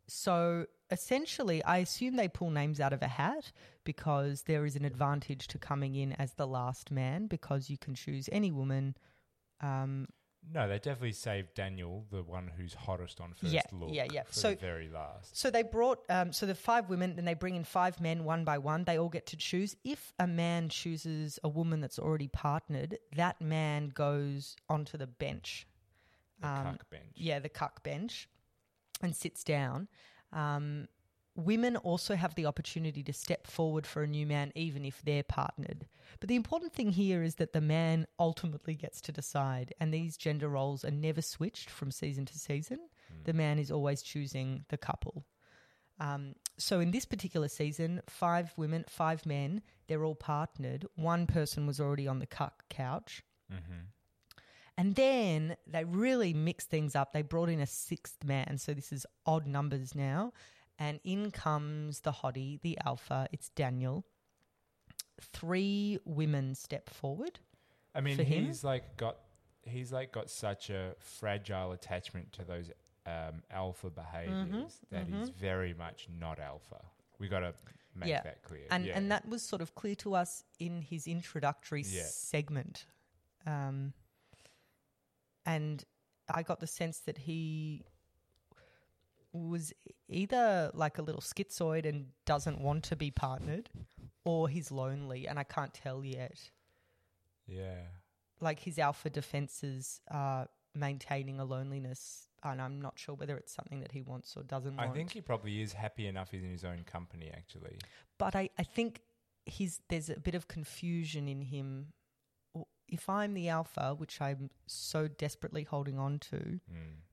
[SPEAKER 2] so essentially, I assume they pull names out of a hat because there is an advantage to coming in as the last man because you can choose any woman. Um,
[SPEAKER 1] No, they definitely saved Daniel, the one who's hottest on first
[SPEAKER 2] Yeah,
[SPEAKER 1] look.
[SPEAKER 2] yeah, yeah.
[SPEAKER 1] For
[SPEAKER 2] So-
[SPEAKER 1] the very last.
[SPEAKER 2] so they brought, um, so the five women, then they bring in five men one by one. They all get to choose. If a man chooses a woman that's already partnered, that man goes onto the bench.
[SPEAKER 1] The
[SPEAKER 2] um,
[SPEAKER 1] cuck bench.
[SPEAKER 2] yeah, the cuck bench, and sits down. Um, women also have the opportunity to step forward for a new man, even if they're partnered. But the important thing here is that the man ultimately gets to decide, and these gender roles are never switched from season to season. The man is always choosing the couple. Um, so in this particular season, five women, five men, they're all partnered. One person was already on the cuck couch.
[SPEAKER 1] Mm-hmm.
[SPEAKER 2] And then they really mixed things up. They brought in a sixth man. So this is odd numbers now. And in comes the hottie, the alpha. It's Daniel. Three women step forward.
[SPEAKER 1] I mean,
[SPEAKER 2] For him?
[SPEAKER 1] he's like got he's like got such a fragile attachment to those um, alpha behaviors
[SPEAKER 2] Mm-hmm,
[SPEAKER 1] that he's very much not alpha. We got to make
[SPEAKER 2] Yeah.
[SPEAKER 1] that clear.
[SPEAKER 2] And,
[SPEAKER 1] yeah.
[SPEAKER 2] and that was sort of clear to us in his introductory
[SPEAKER 1] Yeah.
[SPEAKER 2] segment. Um, and I got the sense that he was either like a little schizoid and doesn't want to be partnered, or he's lonely, and I can't tell yet.
[SPEAKER 1] yeah,
[SPEAKER 2] Like his alpha defenses are maintaining a loneliness, and I'm not sure whether it's something that he wants or doesn't
[SPEAKER 1] I
[SPEAKER 2] want.
[SPEAKER 1] think he probably is happy enough in his own company. Actually,
[SPEAKER 2] but I, I think he's there's a bit of confusion in him. W- If I'm the alpha, which I'm so desperately holding on to,
[SPEAKER 1] mm.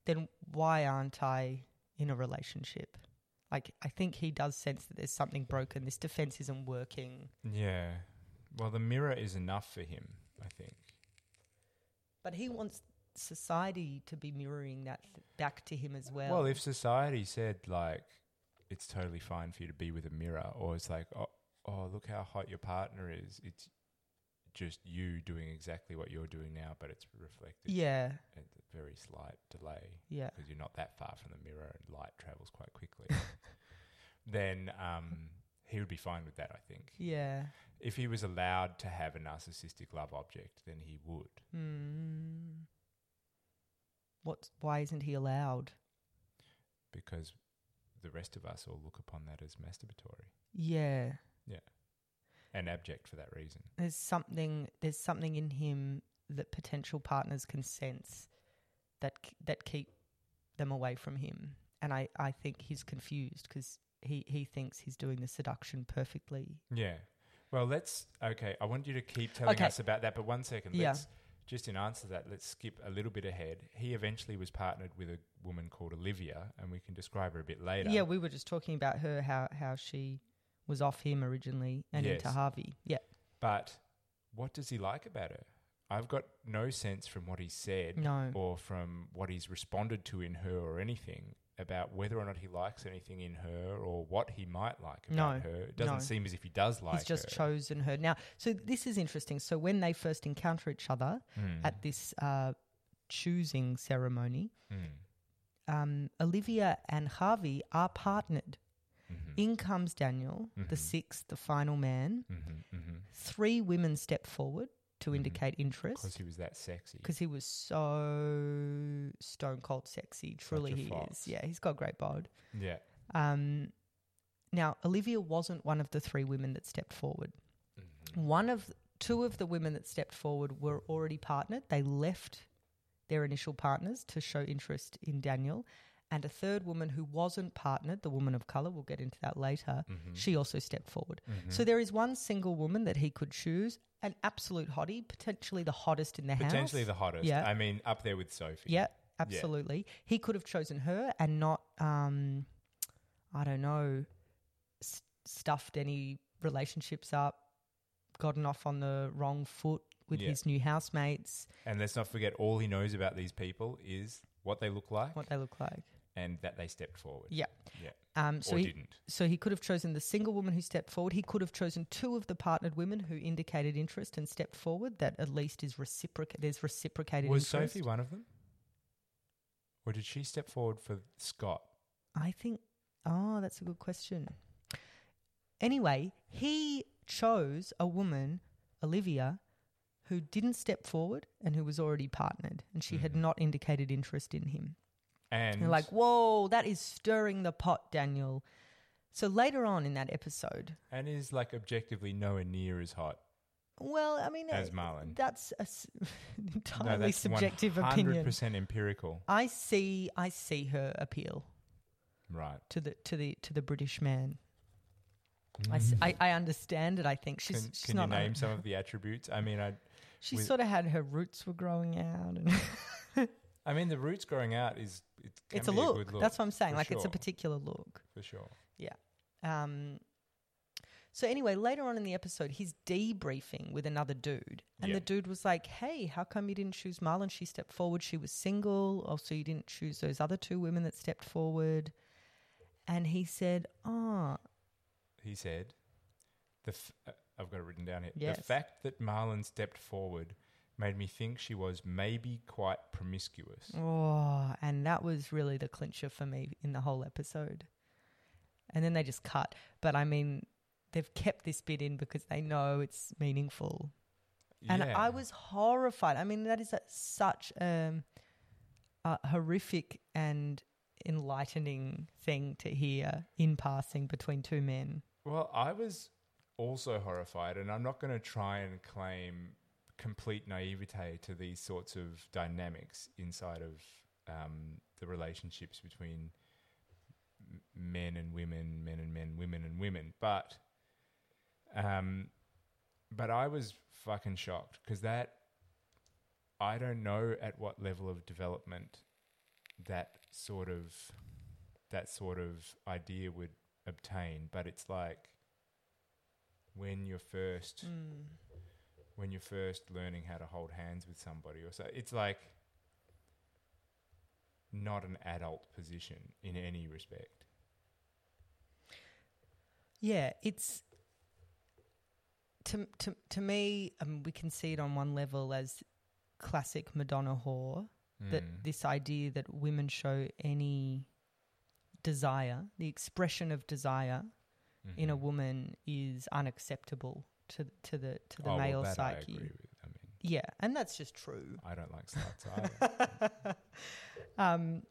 [SPEAKER 2] then why aren't I in a relationship? Like I think he does sense that there's something broken. This defense isn't working.
[SPEAKER 1] yeah. Well, the mirror is enough for him. I think.
[SPEAKER 2] But he wants society to be mirroring that th- back to him as well.
[SPEAKER 1] Well, if society said like it's totally fine for you to be with a mirror, or it's like oh, oh look how hot your partner is, it's just you doing exactly what you're doing now, but it's reflected
[SPEAKER 2] yeah,
[SPEAKER 1] at a very slight delay
[SPEAKER 2] yeah,
[SPEAKER 1] because you're not that far from the mirror and light travels quite quickly. then um, he would be fine with that, I think.
[SPEAKER 2] yeah.
[SPEAKER 1] If he was allowed to have a narcissistic love object, then he would.
[SPEAKER 2] Hmm. What's Why isn't he allowed?
[SPEAKER 1] because the rest of us all look upon that as masturbatory
[SPEAKER 2] Yeah.
[SPEAKER 1] and abject for that reason.
[SPEAKER 2] There's something there's something in him that potential partners can sense that k- that keep them away from him. And I, I think he's confused because he, he thinks he's doing the seduction perfectly.
[SPEAKER 1] Yeah. Well, let's. Okay, I want you to keep telling
[SPEAKER 2] Okay.
[SPEAKER 1] us about that, but one second.
[SPEAKER 2] Yeah.
[SPEAKER 1] Let's, just in answer to that, let's skip a little bit ahead. He eventually was partnered with a woman called Olivia, and we can describe her a bit later.
[SPEAKER 2] Yeah, we were just talking about her how, how she was off him originally and
[SPEAKER 1] Yes.
[SPEAKER 2] into Harvey. Yeah.
[SPEAKER 1] But what does he like about her? I've got no sense from what he said
[SPEAKER 2] No.
[SPEAKER 1] or from what he's responded to in her or anything about whether or not he likes anything in her or what he might like about
[SPEAKER 2] No,
[SPEAKER 1] her. It doesn't
[SPEAKER 2] no.
[SPEAKER 1] seem as if he does like
[SPEAKER 2] He's just
[SPEAKER 1] her.
[SPEAKER 2] chosen her. Now, so this is interesting. So when they first encounter each other
[SPEAKER 1] Mm,
[SPEAKER 2] at this uh, choosing ceremony,
[SPEAKER 1] mm,
[SPEAKER 2] um, Olivia and Harvey are partnered.
[SPEAKER 1] mhm,
[SPEAKER 2] In comes Daniel, the
[SPEAKER 1] Mhm.
[SPEAKER 2] sixth, the final man.
[SPEAKER 1] mhm, mhm.
[SPEAKER 2] Three women step forward to
[SPEAKER 1] Mhm.
[SPEAKER 2] indicate
[SPEAKER 1] because
[SPEAKER 2] interest
[SPEAKER 1] he was that sexy.
[SPEAKER 2] because he was so stone cold sexy. Truly,
[SPEAKER 1] a
[SPEAKER 2] he
[SPEAKER 1] fox.
[SPEAKER 2] is. Yeah, he's got great bod.
[SPEAKER 1] Yeah.
[SPEAKER 2] Um, now, Olivia wasn't one of the three women that stepped forward.
[SPEAKER 1] Mm-hmm.
[SPEAKER 2] One of two of the women that stepped forward were already partnered. They left their initial partners to show interest in Daniel, and a third woman who wasn't partnered, the woman of color, we'll get into that later.
[SPEAKER 1] Mm-hmm.
[SPEAKER 2] She also stepped forward. So there is one single woman that he could choose, an absolute hottie, potentially the hottest in the house.
[SPEAKER 1] Potentially the hottest.
[SPEAKER 2] Yeah.
[SPEAKER 1] I mean, up there with Sophie.
[SPEAKER 2] Yeah, absolutely. He could have chosen her and not, um, I don't know, s- stuffed any relationships up, gotten off on the wrong foot with
[SPEAKER 1] Yeah.
[SPEAKER 2] his new housemates,
[SPEAKER 1] And let's not forget, all he knows about these people is what they look like
[SPEAKER 2] what they look like.
[SPEAKER 1] and that they stepped forward.
[SPEAKER 2] Yeah.
[SPEAKER 1] Yeah.
[SPEAKER 2] Um, so
[SPEAKER 1] or
[SPEAKER 2] he,
[SPEAKER 1] didn't.
[SPEAKER 2] so he could have chosen the single woman who stepped forward. He could have chosen two of the partnered women who indicated interest and stepped forward. That at least is reciproc. There's reciprocated
[SPEAKER 1] Was
[SPEAKER 2] interest.
[SPEAKER 1] Sophie one of them? Or did she step forward for Scott?
[SPEAKER 2] I think. Oh, that's a good question. Anyway, he chose a woman, Olivia, who didn't step forward and who was already partnered, and she had not indicated interest in him.
[SPEAKER 1] Mm. And
[SPEAKER 2] You're like, whoa, that is stirring the pot, Daniel. So later on in that episode,
[SPEAKER 1] and is like objectively nowhere near as hot
[SPEAKER 2] well, I mean,
[SPEAKER 1] as
[SPEAKER 2] uh,
[SPEAKER 1] Marlon.
[SPEAKER 2] that's a s-
[SPEAKER 1] No,
[SPEAKER 2] entirely
[SPEAKER 1] that's
[SPEAKER 2] subjective
[SPEAKER 1] 100%
[SPEAKER 2] opinion.
[SPEAKER 1] empirical.
[SPEAKER 2] I see, I see her appeal
[SPEAKER 1] Right.
[SPEAKER 2] to the to the to the British man. I, s- I- I understand it. I think
[SPEAKER 1] Mm. Can,
[SPEAKER 2] she's, she's
[SPEAKER 1] can you
[SPEAKER 2] not.
[SPEAKER 1] name some of the attributes? I mean, I,
[SPEAKER 2] she
[SPEAKER 1] with-
[SPEAKER 2] sort of had her roots were growing out, and
[SPEAKER 1] I mean, the roots growing out is it can
[SPEAKER 2] it's a
[SPEAKER 1] be
[SPEAKER 2] look.
[SPEAKER 1] good look
[SPEAKER 2] That's what I'm saying.
[SPEAKER 1] for
[SPEAKER 2] Like it's a
[SPEAKER 1] sure.
[SPEAKER 2] particular look.
[SPEAKER 1] for sure.
[SPEAKER 2] Um, so anyway, later on in the episode, he's debriefing with another dude, and
[SPEAKER 1] Yeah.
[SPEAKER 2] the dude was like, "Hey, how come you didn't choose Marlon? She stepped forward. She was single. Also, you didn't choose those other two women that stepped forward." And he said, "Ah,
[SPEAKER 1] He said, "The f- uh, I've got it written down here. The
[SPEAKER 2] Yes.
[SPEAKER 1] fact that Marlon stepped forward made me think she was maybe quite promiscuous."
[SPEAKER 2] Oh, and that was really the clincher for me in the whole episode. And then they just cut. But I mean, they've kept this bit in because they know it's meaningful. And
[SPEAKER 1] Yeah.
[SPEAKER 2] I was horrified. I mean, that is a, such um, a horrific and enlightening thing to hear in passing between two men.
[SPEAKER 1] Well, I was also horrified, and I'm not going to try and claim complete naivete to these sorts of dynamics inside of um, the relationships between m- men and women, men and men, women and women. But, um, but I was fucking shocked because that I don't know at what level of development that sort of that sort of idea would obtain, but it's like when you're first
[SPEAKER 2] Mm.
[SPEAKER 1] when you're first learning how to hold hands with somebody or so it's like not an adult position in any respect.
[SPEAKER 2] Yeah, it's to to to me. Um, we can see it on one level as classic Madonna whore. That
[SPEAKER 1] Mm.
[SPEAKER 2] this idea that women show any desire, the expression of desire in a
[SPEAKER 1] Mhm.
[SPEAKER 2] woman is unacceptable to to the to the
[SPEAKER 1] Oh, well,
[SPEAKER 2] male
[SPEAKER 1] that I
[SPEAKER 2] psyche.
[SPEAKER 1] agree with. I mean,
[SPEAKER 2] Yeah, and that's just true.
[SPEAKER 1] I don't like sluts either.
[SPEAKER 2] um,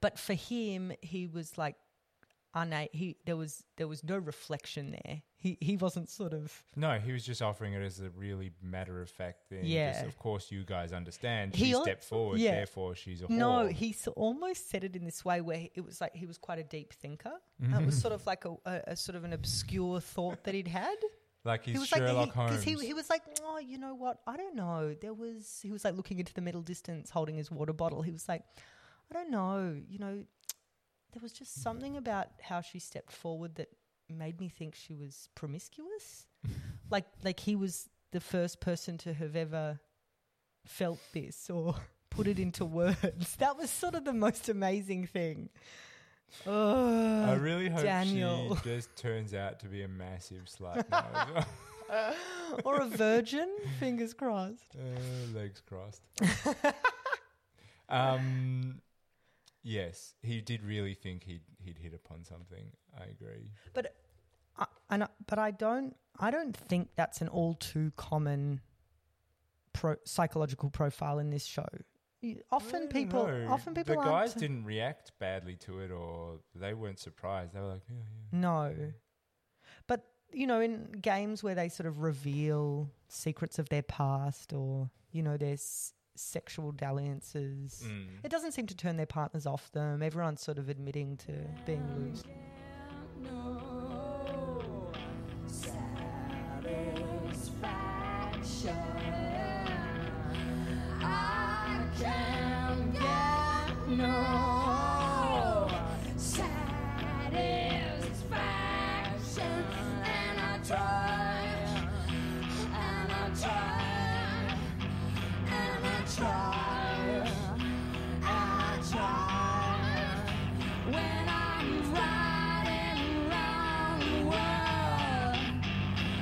[SPEAKER 2] but for him, he was like una- he there was there was no reflection there. He he wasn't sort of
[SPEAKER 1] No, he was just offering it as a really matter of fact thing.
[SPEAKER 2] Yeah.
[SPEAKER 1] Just, of course, you guys understand.
[SPEAKER 2] He
[SPEAKER 1] She
[SPEAKER 2] al-
[SPEAKER 1] stepped forward,
[SPEAKER 2] yeah.
[SPEAKER 1] therefore she's a whore.
[SPEAKER 2] no. He s- almost said it in this way where it was like he was quite a deep thinker. And
[SPEAKER 1] Mm-hmm.
[SPEAKER 2] It was sort of like a, a, a sort of an obscure thought that he'd had.
[SPEAKER 1] like he's
[SPEAKER 2] he was
[SPEAKER 1] Sherlock
[SPEAKER 2] like
[SPEAKER 1] Holmes.
[SPEAKER 2] he, he was like, oh, you know what? I don't know. There was he was like looking into the middle distance, holding his water bottle. He was like, I don't know. You know, there was just something about how she stepped forward that made me think she was promiscuous. like like he was the first person to have ever felt this or put it into words. That was sort of the most amazing thing.
[SPEAKER 1] I
[SPEAKER 2] Oh,
[SPEAKER 1] really hope
[SPEAKER 2] Daniel.
[SPEAKER 1] she just turns out to be a massive slut. now as well.
[SPEAKER 2] or a virgin, fingers crossed.
[SPEAKER 1] Uh, legs crossed. um, yes, he did really think he'd he'd hit upon something. I agree.
[SPEAKER 2] I, and I, but I don't I don't think that's an all too common pro, psychological profile in this show. You- Often
[SPEAKER 1] I don't
[SPEAKER 2] people
[SPEAKER 1] know.
[SPEAKER 2] often people
[SPEAKER 1] the
[SPEAKER 2] aren't
[SPEAKER 1] guys
[SPEAKER 2] t-
[SPEAKER 1] didn't react badly to it, or they weren't surprised. They were like, yeah, yeah.
[SPEAKER 2] no. But you know in games where they sort of reveal secrets of their past or you know their s- sexual dalliances.
[SPEAKER 1] Mm.
[SPEAKER 2] It doesn't seem to turn their partners off them. Everyone's sort of admitting to being loose.
[SPEAKER 3] When I'm riding round the world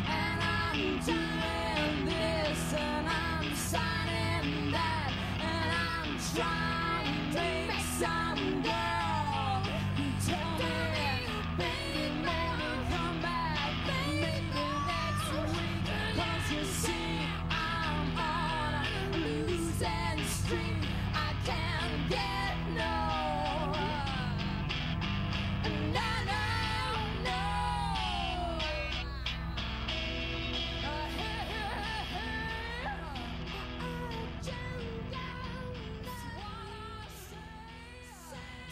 [SPEAKER 3] and I'm doing this and I'm signing that and I'm trying to make some girl tell me baby never come back maybe next week 'Cause you see I'm on a losing streak I can't get no no, no, no.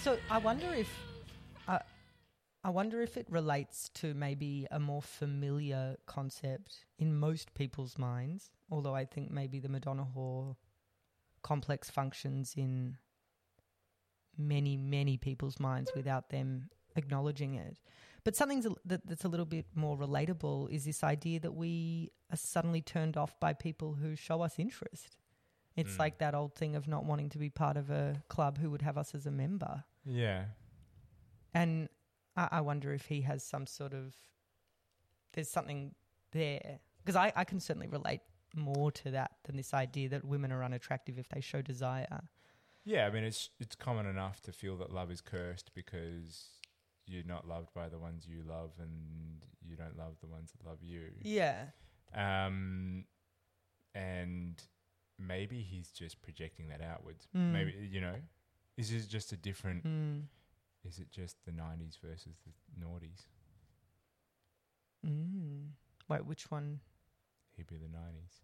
[SPEAKER 2] So I wonder if I, I wonder if it relates to maybe a more familiar concept in most people's minds. Although I think maybe the Madonna whore complex functions in many many people's minds without them acknowledging it. But something that, that's a little bit more relatable is this idea that we are suddenly turned off by people who show us interest. It's
[SPEAKER 1] Mm.
[SPEAKER 2] like that old thing of not wanting to be part of a club who would have us as a member.
[SPEAKER 1] Yeah,
[SPEAKER 2] And I, I wonder if he has some sort of there's something there because I, I can certainly relate more to that than this idea that women are unattractive if they show desire.
[SPEAKER 1] yeah. I mean, it's it's common enough to feel that love is cursed because you're not loved by the ones you love, and you don't love the ones that love you.
[SPEAKER 2] Yeah,
[SPEAKER 1] Um, and maybe he's just projecting that outwards.
[SPEAKER 2] Mm.
[SPEAKER 1] Maybe you know, is it just a different?
[SPEAKER 2] mm.
[SPEAKER 1] Is it just the '90s versus the noughties?
[SPEAKER 2] Mm. wait, which one?
[SPEAKER 1] He'd be the '90s.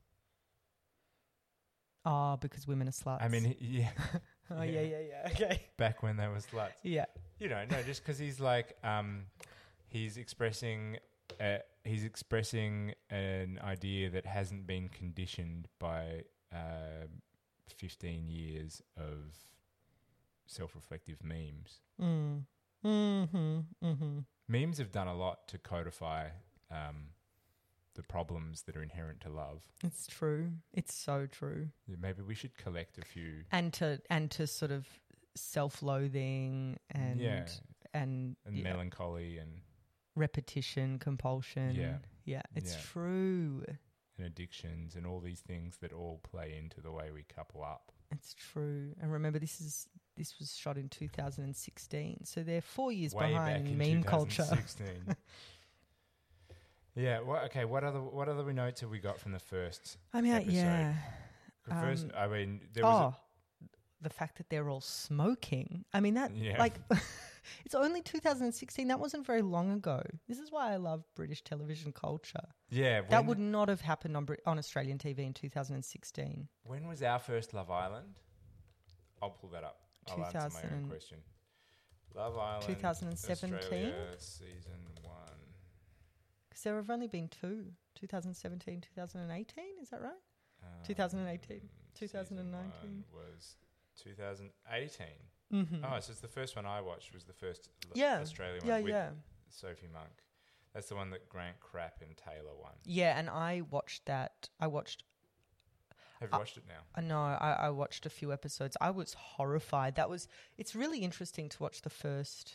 [SPEAKER 2] Oh, because women are sluts.
[SPEAKER 1] I mean, he- yeah,
[SPEAKER 2] oh yeah, yeah, yeah. Okay,
[SPEAKER 1] back when they were sluts.
[SPEAKER 2] yeah.
[SPEAKER 1] You know, no, just because he's like, um, he's expressing, uh, he's expressing an idea that hasn't been conditioned by uh, 15 years of self-reflective memes.
[SPEAKER 2] Mm. Mm-hmm. Mm-hmm.
[SPEAKER 1] memes have done a lot to codify um, the problems that are inherent to love.
[SPEAKER 2] It's true. It's so true.
[SPEAKER 1] Maybe we should collect a few.
[SPEAKER 2] And to and to sort of self-loathing and
[SPEAKER 1] yeah,
[SPEAKER 2] and,
[SPEAKER 1] and
[SPEAKER 2] yeah.
[SPEAKER 1] melancholy and
[SPEAKER 2] repetition, compulsion.
[SPEAKER 1] Yeah.
[SPEAKER 2] Yeah, it's
[SPEAKER 1] Yeah.
[SPEAKER 2] true.
[SPEAKER 1] and addictions and all these things that all play into the way we couple up.
[SPEAKER 2] It's true. And remember this is this was shot in 2016. So they're 4 years
[SPEAKER 1] way back
[SPEAKER 2] behind
[SPEAKER 1] in
[SPEAKER 2] meme culture.
[SPEAKER 1] 2016. yeah. Well, okay. What other what other notes have we got from the first?
[SPEAKER 2] I mean,
[SPEAKER 1] Episode.
[SPEAKER 2] yeah.
[SPEAKER 1] The
[SPEAKER 2] Oh,
[SPEAKER 1] first.
[SPEAKER 2] Um,
[SPEAKER 1] I mean, there was.
[SPEAKER 2] Oh. the fact that they're all smoking. I mean
[SPEAKER 1] a-
[SPEAKER 2] that
[SPEAKER 1] yeah.
[SPEAKER 2] like It's only 2016. That wasn't very long ago. This is why I love British television culture.
[SPEAKER 1] Yeah,
[SPEAKER 2] That
[SPEAKER 1] when-
[SPEAKER 2] would not have happened on, Brit- on Australian TV in 2016.
[SPEAKER 1] When was our first Love Island? I'll pull that up. I'll answer my
[SPEAKER 2] 2000
[SPEAKER 1] own question. Love Island,
[SPEAKER 2] 2017?
[SPEAKER 1] Australia, season one.
[SPEAKER 2] Because there have only been two 2017, 2018. Is that right?
[SPEAKER 1] Um,
[SPEAKER 2] 2018,
[SPEAKER 1] season
[SPEAKER 2] 2019.
[SPEAKER 1] one was 2018.
[SPEAKER 2] Mm-hmm.
[SPEAKER 1] Oh, so it's the first one I watched was the first l-
[SPEAKER 2] Yeah,
[SPEAKER 1] Australian
[SPEAKER 2] yeah,
[SPEAKER 1] one with
[SPEAKER 2] yeah.
[SPEAKER 1] Sophie Monk. That's the one that Grant Crapp and Taylor won.
[SPEAKER 2] Yeah, and I watched that. I watched
[SPEAKER 1] Have you
[SPEAKER 2] Uh,
[SPEAKER 1] watched it now?
[SPEAKER 2] I know. I, I watched a few episodes. I was horrified. That was. It's really interesting to watch the first,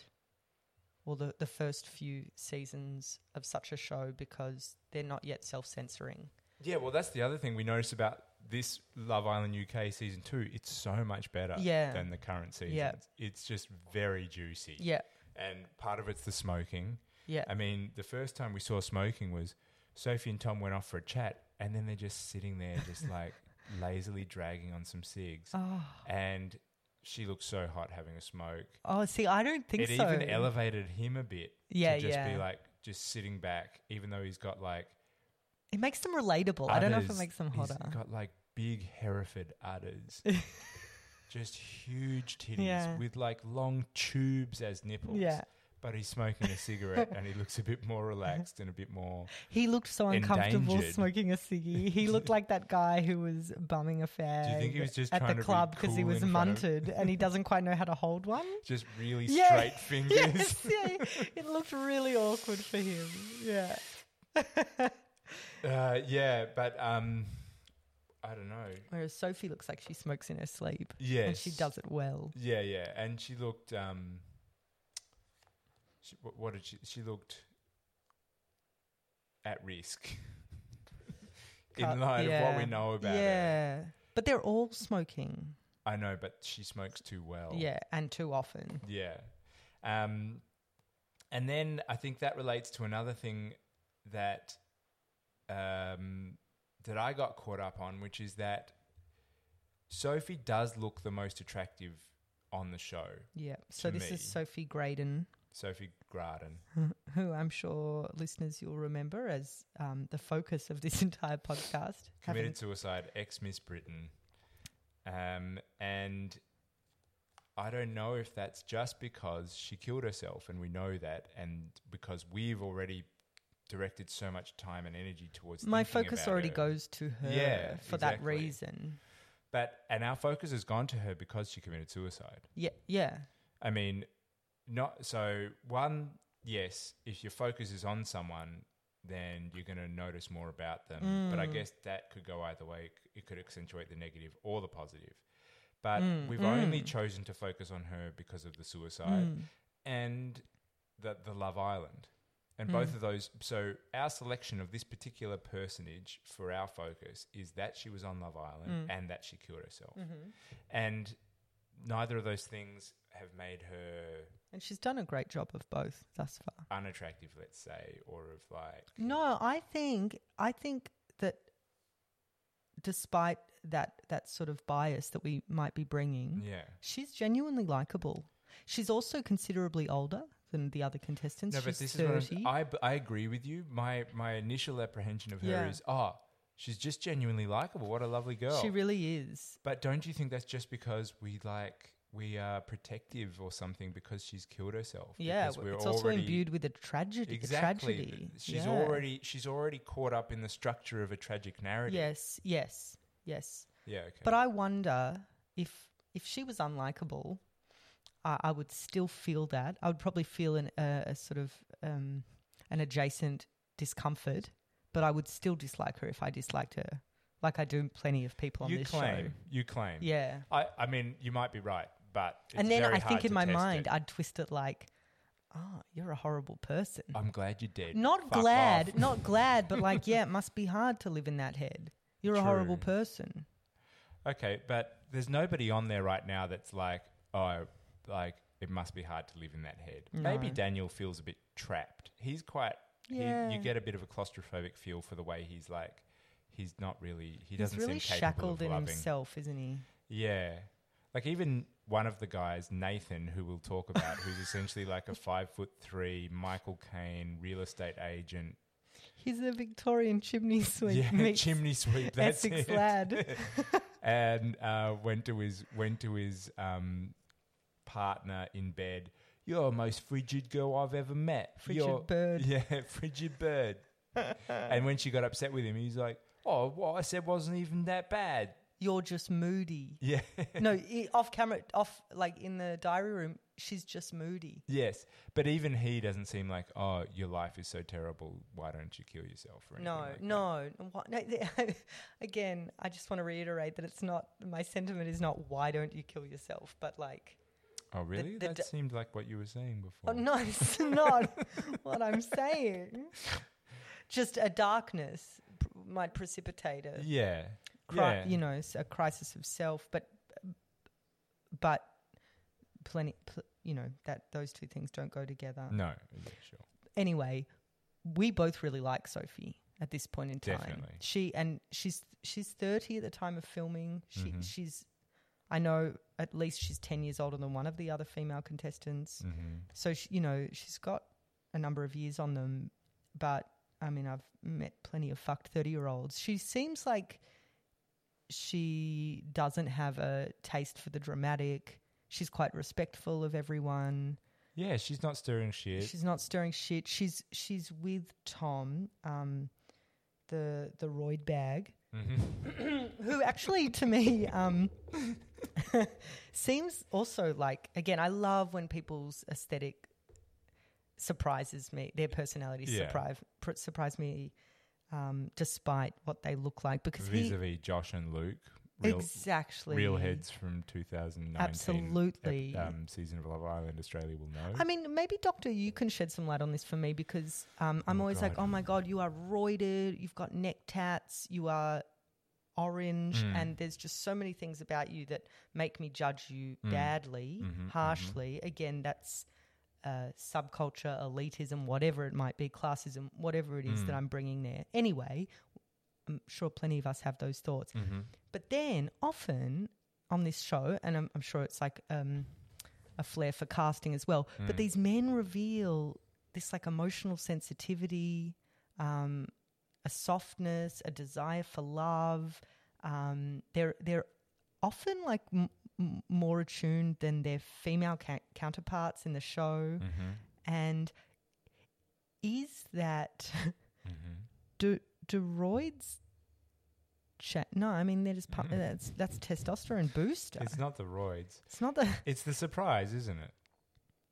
[SPEAKER 2] well, the the first few seasons of such a show because they're not yet self censoring.
[SPEAKER 1] Yeah, well, that's the other thing we noticed about this Love Island UK season two. It's so much better
[SPEAKER 2] Yeah.
[SPEAKER 1] than the current season.
[SPEAKER 2] Yeah.
[SPEAKER 1] It's just very juicy.
[SPEAKER 2] Yeah,
[SPEAKER 1] And part of it's the smoking.
[SPEAKER 2] yeah,
[SPEAKER 1] I mean, the first time we saw smoking was Sophie and Tom went off for a chat, and then they're just sitting there, just like lazily dragging on some cigs.
[SPEAKER 2] Oh.
[SPEAKER 1] And she looked so hot having a smoke.
[SPEAKER 2] Oh, see, I don't think
[SPEAKER 1] it
[SPEAKER 2] so.
[SPEAKER 1] even elevated him a bit
[SPEAKER 2] Yeah,
[SPEAKER 1] to just
[SPEAKER 2] yeah.
[SPEAKER 1] be like, just sitting back, even though he's got like
[SPEAKER 2] it makes them relatable.
[SPEAKER 1] "Ah,
[SPEAKER 2] I don't know if it
[SPEAKER 1] udders.
[SPEAKER 2] makes them
[SPEAKER 1] He's
[SPEAKER 2] hotter.
[SPEAKER 1] got like big Hereford udders, just huge titties
[SPEAKER 2] Yeah.
[SPEAKER 1] with like long tubes as nipples.
[SPEAKER 2] Yeah.
[SPEAKER 1] But he's smoking a cigarette and he looks a bit more relaxed and a bit more.
[SPEAKER 2] He looked so uncomfortable
[SPEAKER 1] Endangered.
[SPEAKER 2] smoking a ciggy. He looked like that guy who was bumming a fag
[SPEAKER 1] he was just
[SPEAKER 2] at
[SPEAKER 1] trying
[SPEAKER 2] the
[SPEAKER 1] to be
[SPEAKER 2] club because he
[SPEAKER 1] cool
[SPEAKER 2] was
[SPEAKER 1] in front of-
[SPEAKER 2] munted and he doesn't quite know how to hold one.
[SPEAKER 1] Just really
[SPEAKER 2] Yeah.
[SPEAKER 1] straight fingers.
[SPEAKER 2] Yes, yeah, it looked really awkward for him. Yeah.
[SPEAKER 1] Uh, yeah, but um, I don't know.
[SPEAKER 2] Whereas Sophie looks like she smokes in her sleep.
[SPEAKER 1] Yes,
[SPEAKER 2] And she does it well.
[SPEAKER 1] Yeah, yeah, and she looked. Um, she, what, what did she? She looked at risk.
[SPEAKER 2] Cut-
[SPEAKER 1] In light of
[SPEAKER 2] yeah.
[SPEAKER 1] what we know about her,
[SPEAKER 2] yeah. But they're all smoking.
[SPEAKER 1] I know, but she smokes too well.
[SPEAKER 2] Yeah, and too often.
[SPEAKER 1] Yeah. Um, and then I think that relates to another thing that um, that I got caught up on, which is that Sophie does look the most attractive on the show.
[SPEAKER 2] Yeah. So
[SPEAKER 1] To
[SPEAKER 2] this
[SPEAKER 1] me.
[SPEAKER 2] is Sophie Graydon,
[SPEAKER 1] Sophie Graden.
[SPEAKER 2] who I'm sure listeners you'll remember as um, the focus of this entire podcast.
[SPEAKER 1] committed suicide, ex Miss Britain. Um, and I don't know if that's just because she killed herself, and we know that, and because we've already directed so much time and energy towards
[SPEAKER 2] My
[SPEAKER 1] thinking
[SPEAKER 2] focus
[SPEAKER 1] about
[SPEAKER 2] already
[SPEAKER 1] her.
[SPEAKER 2] goes to her
[SPEAKER 1] Yeah,
[SPEAKER 2] for that
[SPEAKER 1] exactly.
[SPEAKER 2] reason.
[SPEAKER 1] but and our focus has gone to her because she committed suicide.
[SPEAKER 2] Yeah, yeah,
[SPEAKER 1] I mean, not so one. Yes, if your focus is on someone, then you're going to notice more about them. But I guess that could go either way. It c- It could accentuate the negative or the positive. But we've only chosen to focus on her because of the suicide
[SPEAKER 2] Mm.
[SPEAKER 1] and the the Love Island. And both of those, so our selection of this particular personage for our focus is that she was on Love Island and that she killed herself.
[SPEAKER 2] Mm. Mm-hmm.
[SPEAKER 1] And neither of those things have made her
[SPEAKER 2] and she's done a great job of both thus far.
[SPEAKER 1] unattractive, let's say, or of like
[SPEAKER 2] No, I think I think that despite that that sort of bias that we might be bringing,
[SPEAKER 1] yeah.
[SPEAKER 2] she's genuinely likable. She's also considerably older than the other contestants.
[SPEAKER 1] No,
[SPEAKER 2] she's
[SPEAKER 1] but this is what I'm-
[SPEAKER 2] 30.
[SPEAKER 1] I b- I agree with you. My my initial apprehension of her
[SPEAKER 2] Yeah.
[SPEAKER 1] is oh, she's just genuinely likable. What a lovely girl.
[SPEAKER 2] she really is.
[SPEAKER 1] but don't you think that's just because we like we are protective or something because she's killed herself?
[SPEAKER 2] Yeah,
[SPEAKER 1] because
[SPEAKER 2] w- it's also imbued with a tragedy. a
[SPEAKER 1] exactly.
[SPEAKER 2] tragedy.
[SPEAKER 1] She's
[SPEAKER 2] Yeah.
[SPEAKER 1] already she's already caught up in the structure of a tragic narrative.
[SPEAKER 2] yes, yes, yes.
[SPEAKER 1] Yeah. Okay.
[SPEAKER 2] But I wonder if if she was unlikable, I, I would still feel that. I would probably feel an, a a sort of um, an adjacent discomfort, but I would still dislike her if I disliked her, like I do plenty of people on
[SPEAKER 1] you
[SPEAKER 2] this
[SPEAKER 1] claim.
[SPEAKER 2] show.
[SPEAKER 1] You claim.
[SPEAKER 2] Yeah,
[SPEAKER 1] I, I mean, you might be right, but it's
[SPEAKER 2] and then
[SPEAKER 1] very
[SPEAKER 2] I
[SPEAKER 1] hard
[SPEAKER 2] think in
[SPEAKER 1] to
[SPEAKER 2] my
[SPEAKER 1] test
[SPEAKER 2] mind
[SPEAKER 1] it.
[SPEAKER 2] I'd twist it like, "Oh, you're a horrible person."
[SPEAKER 1] I'm glad you're dead.
[SPEAKER 2] Not
[SPEAKER 1] Fuck
[SPEAKER 2] glad,
[SPEAKER 1] off.
[SPEAKER 2] not glad, but like, yeah, it must be hard to live in that head. You're a horrible
[SPEAKER 1] True.
[SPEAKER 2] person.
[SPEAKER 1] Okay, but there's nobody on there right now that's like, oh, like it must be hard to live in that head. Maybe
[SPEAKER 2] No.
[SPEAKER 1] Daniel feels a bit trapped. He's quite.
[SPEAKER 2] Yeah.
[SPEAKER 1] He, you get a bit of a claustrophobic feel for the way he's like. He's not really. He
[SPEAKER 2] He's
[SPEAKER 1] doesn't
[SPEAKER 2] really
[SPEAKER 1] seem capable of
[SPEAKER 2] shackled in
[SPEAKER 1] loving.
[SPEAKER 2] himself, isn't he?
[SPEAKER 1] Yeah. Like even one of the guys, Nathan, who we'll talk about, who's essentially like a five foot three Michael Caine real estate agent.
[SPEAKER 2] He's a Victorian chimney sweep.
[SPEAKER 1] yeah,
[SPEAKER 2] meets
[SPEAKER 1] chimney sweep. That's
[SPEAKER 2] Essex
[SPEAKER 1] it.
[SPEAKER 2] lad.
[SPEAKER 1] and uh, went to his went to his um, partner in bed. You're the most frigid girl I've ever met.
[SPEAKER 2] Frigid
[SPEAKER 1] You're-
[SPEAKER 2] bird.
[SPEAKER 1] Yeah, frigid bird. and when she got upset with him, he's like, "Oh, what I said wasn't even that bad."
[SPEAKER 2] You're just moody.
[SPEAKER 1] Yeah.
[SPEAKER 2] No, i off camera, off like in the diary room, she's just moody.
[SPEAKER 1] yes, but even he doesn't seem like, "Oh, your life is so terrible. Why don't you kill yourself?" Or anything
[SPEAKER 2] No,
[SPEAKER 1] like that.
[SPEAKER 2] no, what, no. th- Again, I just want to reiterate that it's not my sentiment is not why don't you kill yourself, but like
[SPEAKER 1] Oh, really?
[SPEAKER 2] the
[SPEAKER 1] that
[SPEAKER 2] d-
[SPEAKER 1] seemed like what you were saying before.
[SPEAKER 2] oh, no, it's not what I'm saying. Just a darkness pr- might precipitate a
[SPEAKER 1] Yeah.
[SPEAKER 2] cri-
[SPEAKER 1] yeah.
[SPEAKER 2] you know s- a crisis of self, but but plenty, pl- you know that those two things don't go together.
[SPEAKER 1] No. yeah, Sure.
[SPEAKER 2] anyway, we both really like Sophie at this point in time.
[SPEAKER 1] Definitely.
[SPEAKER 2] She and she's she's thirty at the time of filming. She
[SPEAKER 1] Mhm.
[SPEAKER 2] she's I know at least she's ten years older than one of the other female contestants.
[SPEAKER 1] hmm
[SPEAKER 2] So she, you know she's got a number of years on them, but I mean I've met plenty of fucked thirty year olds. She seems like she doesn't have a taste for the dramatic. She's quite respectful of everyone.
[SPEAKER 1] Yeah, she's not stirring shit.
[SPEAKER 2] She's not stirring shit. She's she's with Tom, um, the the Royd bag,
[SPEAKER 1] Mm-hmm.
[SPEAKER 2] who actually to me um, seems also like again. I love when people's aesthetic surprises me. Their personalities
[SPEAKER 1] Yeah.
[SPEAKER 2] surprise pr- surprise me, um, despite what they look like. Because
[SPEAKER 1] vis a
[SPEAKER 2] he
[SPEAKER 1] vis Josh and Luke, real,
[SPEAKER 2] exactly
[SPEAKER 1] real heads from 2019. ep-
[SPEAKER 2] Absolutely.
[SPEAKER 1] um, season of Love Island Australia will know.
[SPEAKER 2] I mean, maybe Doctor, you can shed some light on this for me because um, I'm
[SPEAKER 1] Oh,
[SPEAKER 2] always like,
[SPEAKER 1] God.
[SPEAKER 2] oh my God, you are roided, you've got neck tats, you are orange,
[SPEAKER 1] Mm.
[SPEAKER 2] and there's just so many things about you that make me judge you
[SPEAKER 1] Mm.
[SPEAKER 2] badly,
[SPEAKER 1] Mhm, mhm.
[SPEAKER 2] harshly. Again, that's uh, subculture, elitism, whatever it might be, classism, whatever it is that
[SPEAKER 1] Mm.
[SPEAKER 2] I'm bringing there. Anyway, I'm sure plenty of us have those thoughts.
[SPEAKER 1] Mhm.
[SPEAKER 2] But then often on this show, and I'm, I'm sure it's like um, a flair for casting as well,
[SPEAKER 1] Mm.
[SPEAKER 2] but these men reveal this like emotional sensitivity, um, a softness, a desire for love. Um, they're they're often like m- m- more attuned than their female ca- counterparts in the show,
[SPEAKER 1] Mhm.
[SPEAKER 2] and is that
[SPEAKER 1] Mhm.
[SPEAKER 2] do do roids cha- no i mean they're just
[SPEAKER 1] Mm.
[SPEAKER 2] pump- that's that's testosterone booster
[SPEAKER 1] It's not the roids.
[SPEAKER 2] it's not the
[SPEAKER 1] It's the surprise, isn't it?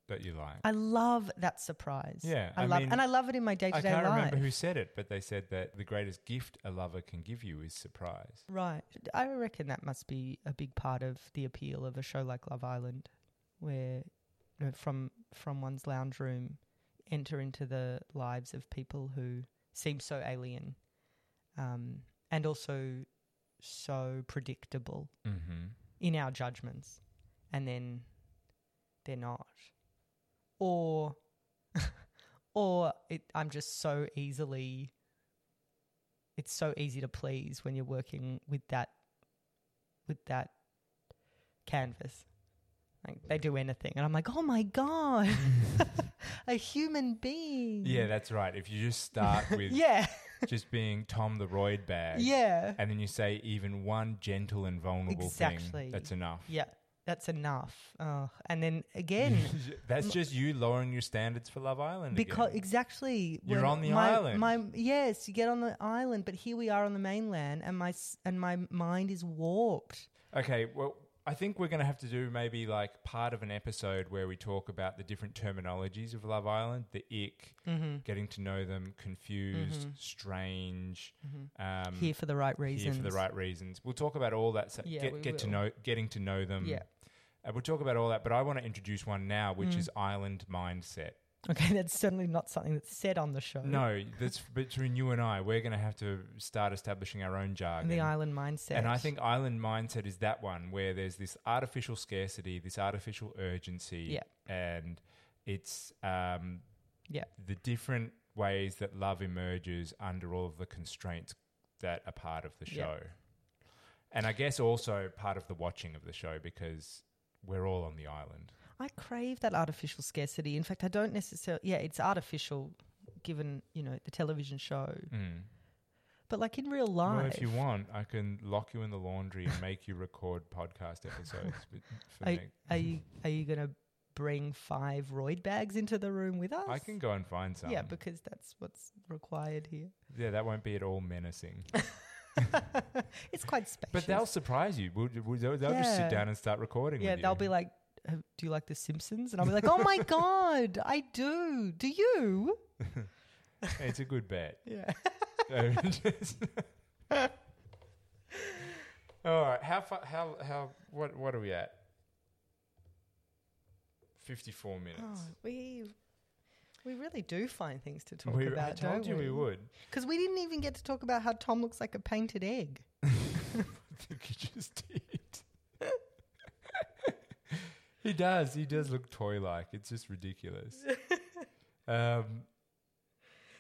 [SPEAKER 1] That you like.
[SPEAKER 2] i love that surprise
[SPEAKER 1] Yeah,
[SPEAKER 2] i,
[SPEAKER 1] I
[SPEAKER 2] love
[SPEAKER 1] mean,
[SPEAKER 2] and i love it in my
[SPEAKER 1] I
[SPEAKER 2] day-to-day
[SPEAKER 1] can't
[SPEAKER 2] life
[SPEAKER 1] remember who said it, but they said that the greatest gift a lover can give you is surprise.
[SPEAKER 2] right i reckon that must be a big part of the appeal of a show like love island where you know, from from one's lounge room enter into the lives of people who seem so alien um, and also so predictable
[SPEAKER 1] Mm-hmm.
[SPEAKER 2] in our judgments and then they're not or or it, i'm just so easily it's so easy to please when you're working with that with that canvas like they do anything and i'm like oh my god a human being
[SPEAKER 1] Yeah, that's right. If you just start with
[SPEAKER 2] yeah
[SPEAKER 1] just being Tom the roid bag,
[SPEAKER 2] yeah
[SPEAKER 1] and then you say even one gentle and vulnerable
[SPEAKER 2] Exactly.
[SPEAKER 1] thing, that's enough.
[SPEAKER 2] yeah that's enough oh, and then again
[SPEAKER 1] That's just you lowering your standards for Love Island.
[SPEAKER 2] because
[SPEAKER 1] again.
[SPEAKER 2] exactly
[SPEAKER 1] You're
[SPEAKER 2] when
[SPEAKER 1] on the
[SPEAKER 2] my-
[SPEAKER 1] island.
[SPEAKER 2] my yes you get on the island but here we are on the mainland and my s- and my mind is warped
[SPEAKER 1] okay, well, I think we're going to have to do maybe like part of an episode where we talk about the different terminologies of Love Island, the ick, getting to know them, confused, strange, um,
[SPEAKER 2] Mm-hmm. here for the right
[SPEAKER 1] here
[SPEAKER 2] reasons
[SPEAKER 1] for the right reasons. We'll talk about all that. So
[SPEAKER 2] Yeah, we
[SPEAKER 1] get get to
[SPEAKER 2] will.
[SPEAKER 1] know, getting to know them.
[SPEAKER 2] Yeah. Mm.
[SPEAKER 1] Uh, we'll talk about all that, but I want to introduce one now, which is island mindset.
[SPEAKER 2] okay that's certainly not something that's said on the show
[SPEAKER 1] No, that's between you and I. We're going to have to start establishing our own jargon.
[SPEAKER 2] the island mindset
[SPEAKER 1] And I think island mindset is that one where there's this artificial scarcity, this artificial urgency,
[SPEAKER 2] Yeah.
[SPEAKER 1] and it's um,
[SPEAKER 2] Yeah.
[SPEAKER 1] the different ways that love emerges under all of the constraints that are part of the
[SPEAKER 2] Yeah.
[SPEAKER 1] show. And I guess also part of the watching of the show because we're all on the island.
[SPEAKER 2] I crave that artificial scarcity. In fact, I don't necessarily. Yeah, it's artificial, given you know the television show.
[SPEAKER 1] Mm.
[SPEAKER 2] But like in real life,
[SPEAKER 1] Well, if you want, I can lock you in the laundry and make you record podcast episodes. with- for
[SPEAKER 2] I-
[SPEAKER 1] next-
[SPEAKER 2] are you are you going to bring five roid bags into the room with us?
[SPEAKER 1] I can go and find some.
[SPEAKER 2] Yeah, because that's what's required here.
[SPEAKER 1] yeah, that won't be at all menacing.
[SPEAKER 2] it's quite spacious.
[SPEAKER 1] But they'll surprise you. We'll, we'll, they'll they'll just sit
[SPEAKER 2] Yeah.
[SPEAKER 1] down and start recording.
[SPEAKER 2] yeah,
[SPEAKER 1] with
[SPEAKER 2] they'll
[SPEAKER 1] you.
[SPEAKER 2] be like, "Uh, "Do you like The Simpsons?" And I'll be like, "Oh my god, I do. Do you?"
[SPEAKER 1] it's a good bet.
[SPEAKER 2] Yeah.
[SPEAKER 1] So just- all right. How far? How how? What what are we at? Fifty-four minutes.
[SPEAKER 2] Oh, we we really do find things to talk
[SPEAKER 1] We-
[SPEAKER 2] about.
[SPEAKER 1] I told
[SPEAKER 2] don't
[SPEAKER 1] you we would.
[SPEAKER 2] Because we didn't even get to talk about how Tom looks like a painted egg.
[SPEAKER 1] I think he just did. he does. He does look toy-like. It's just ridiculous. um,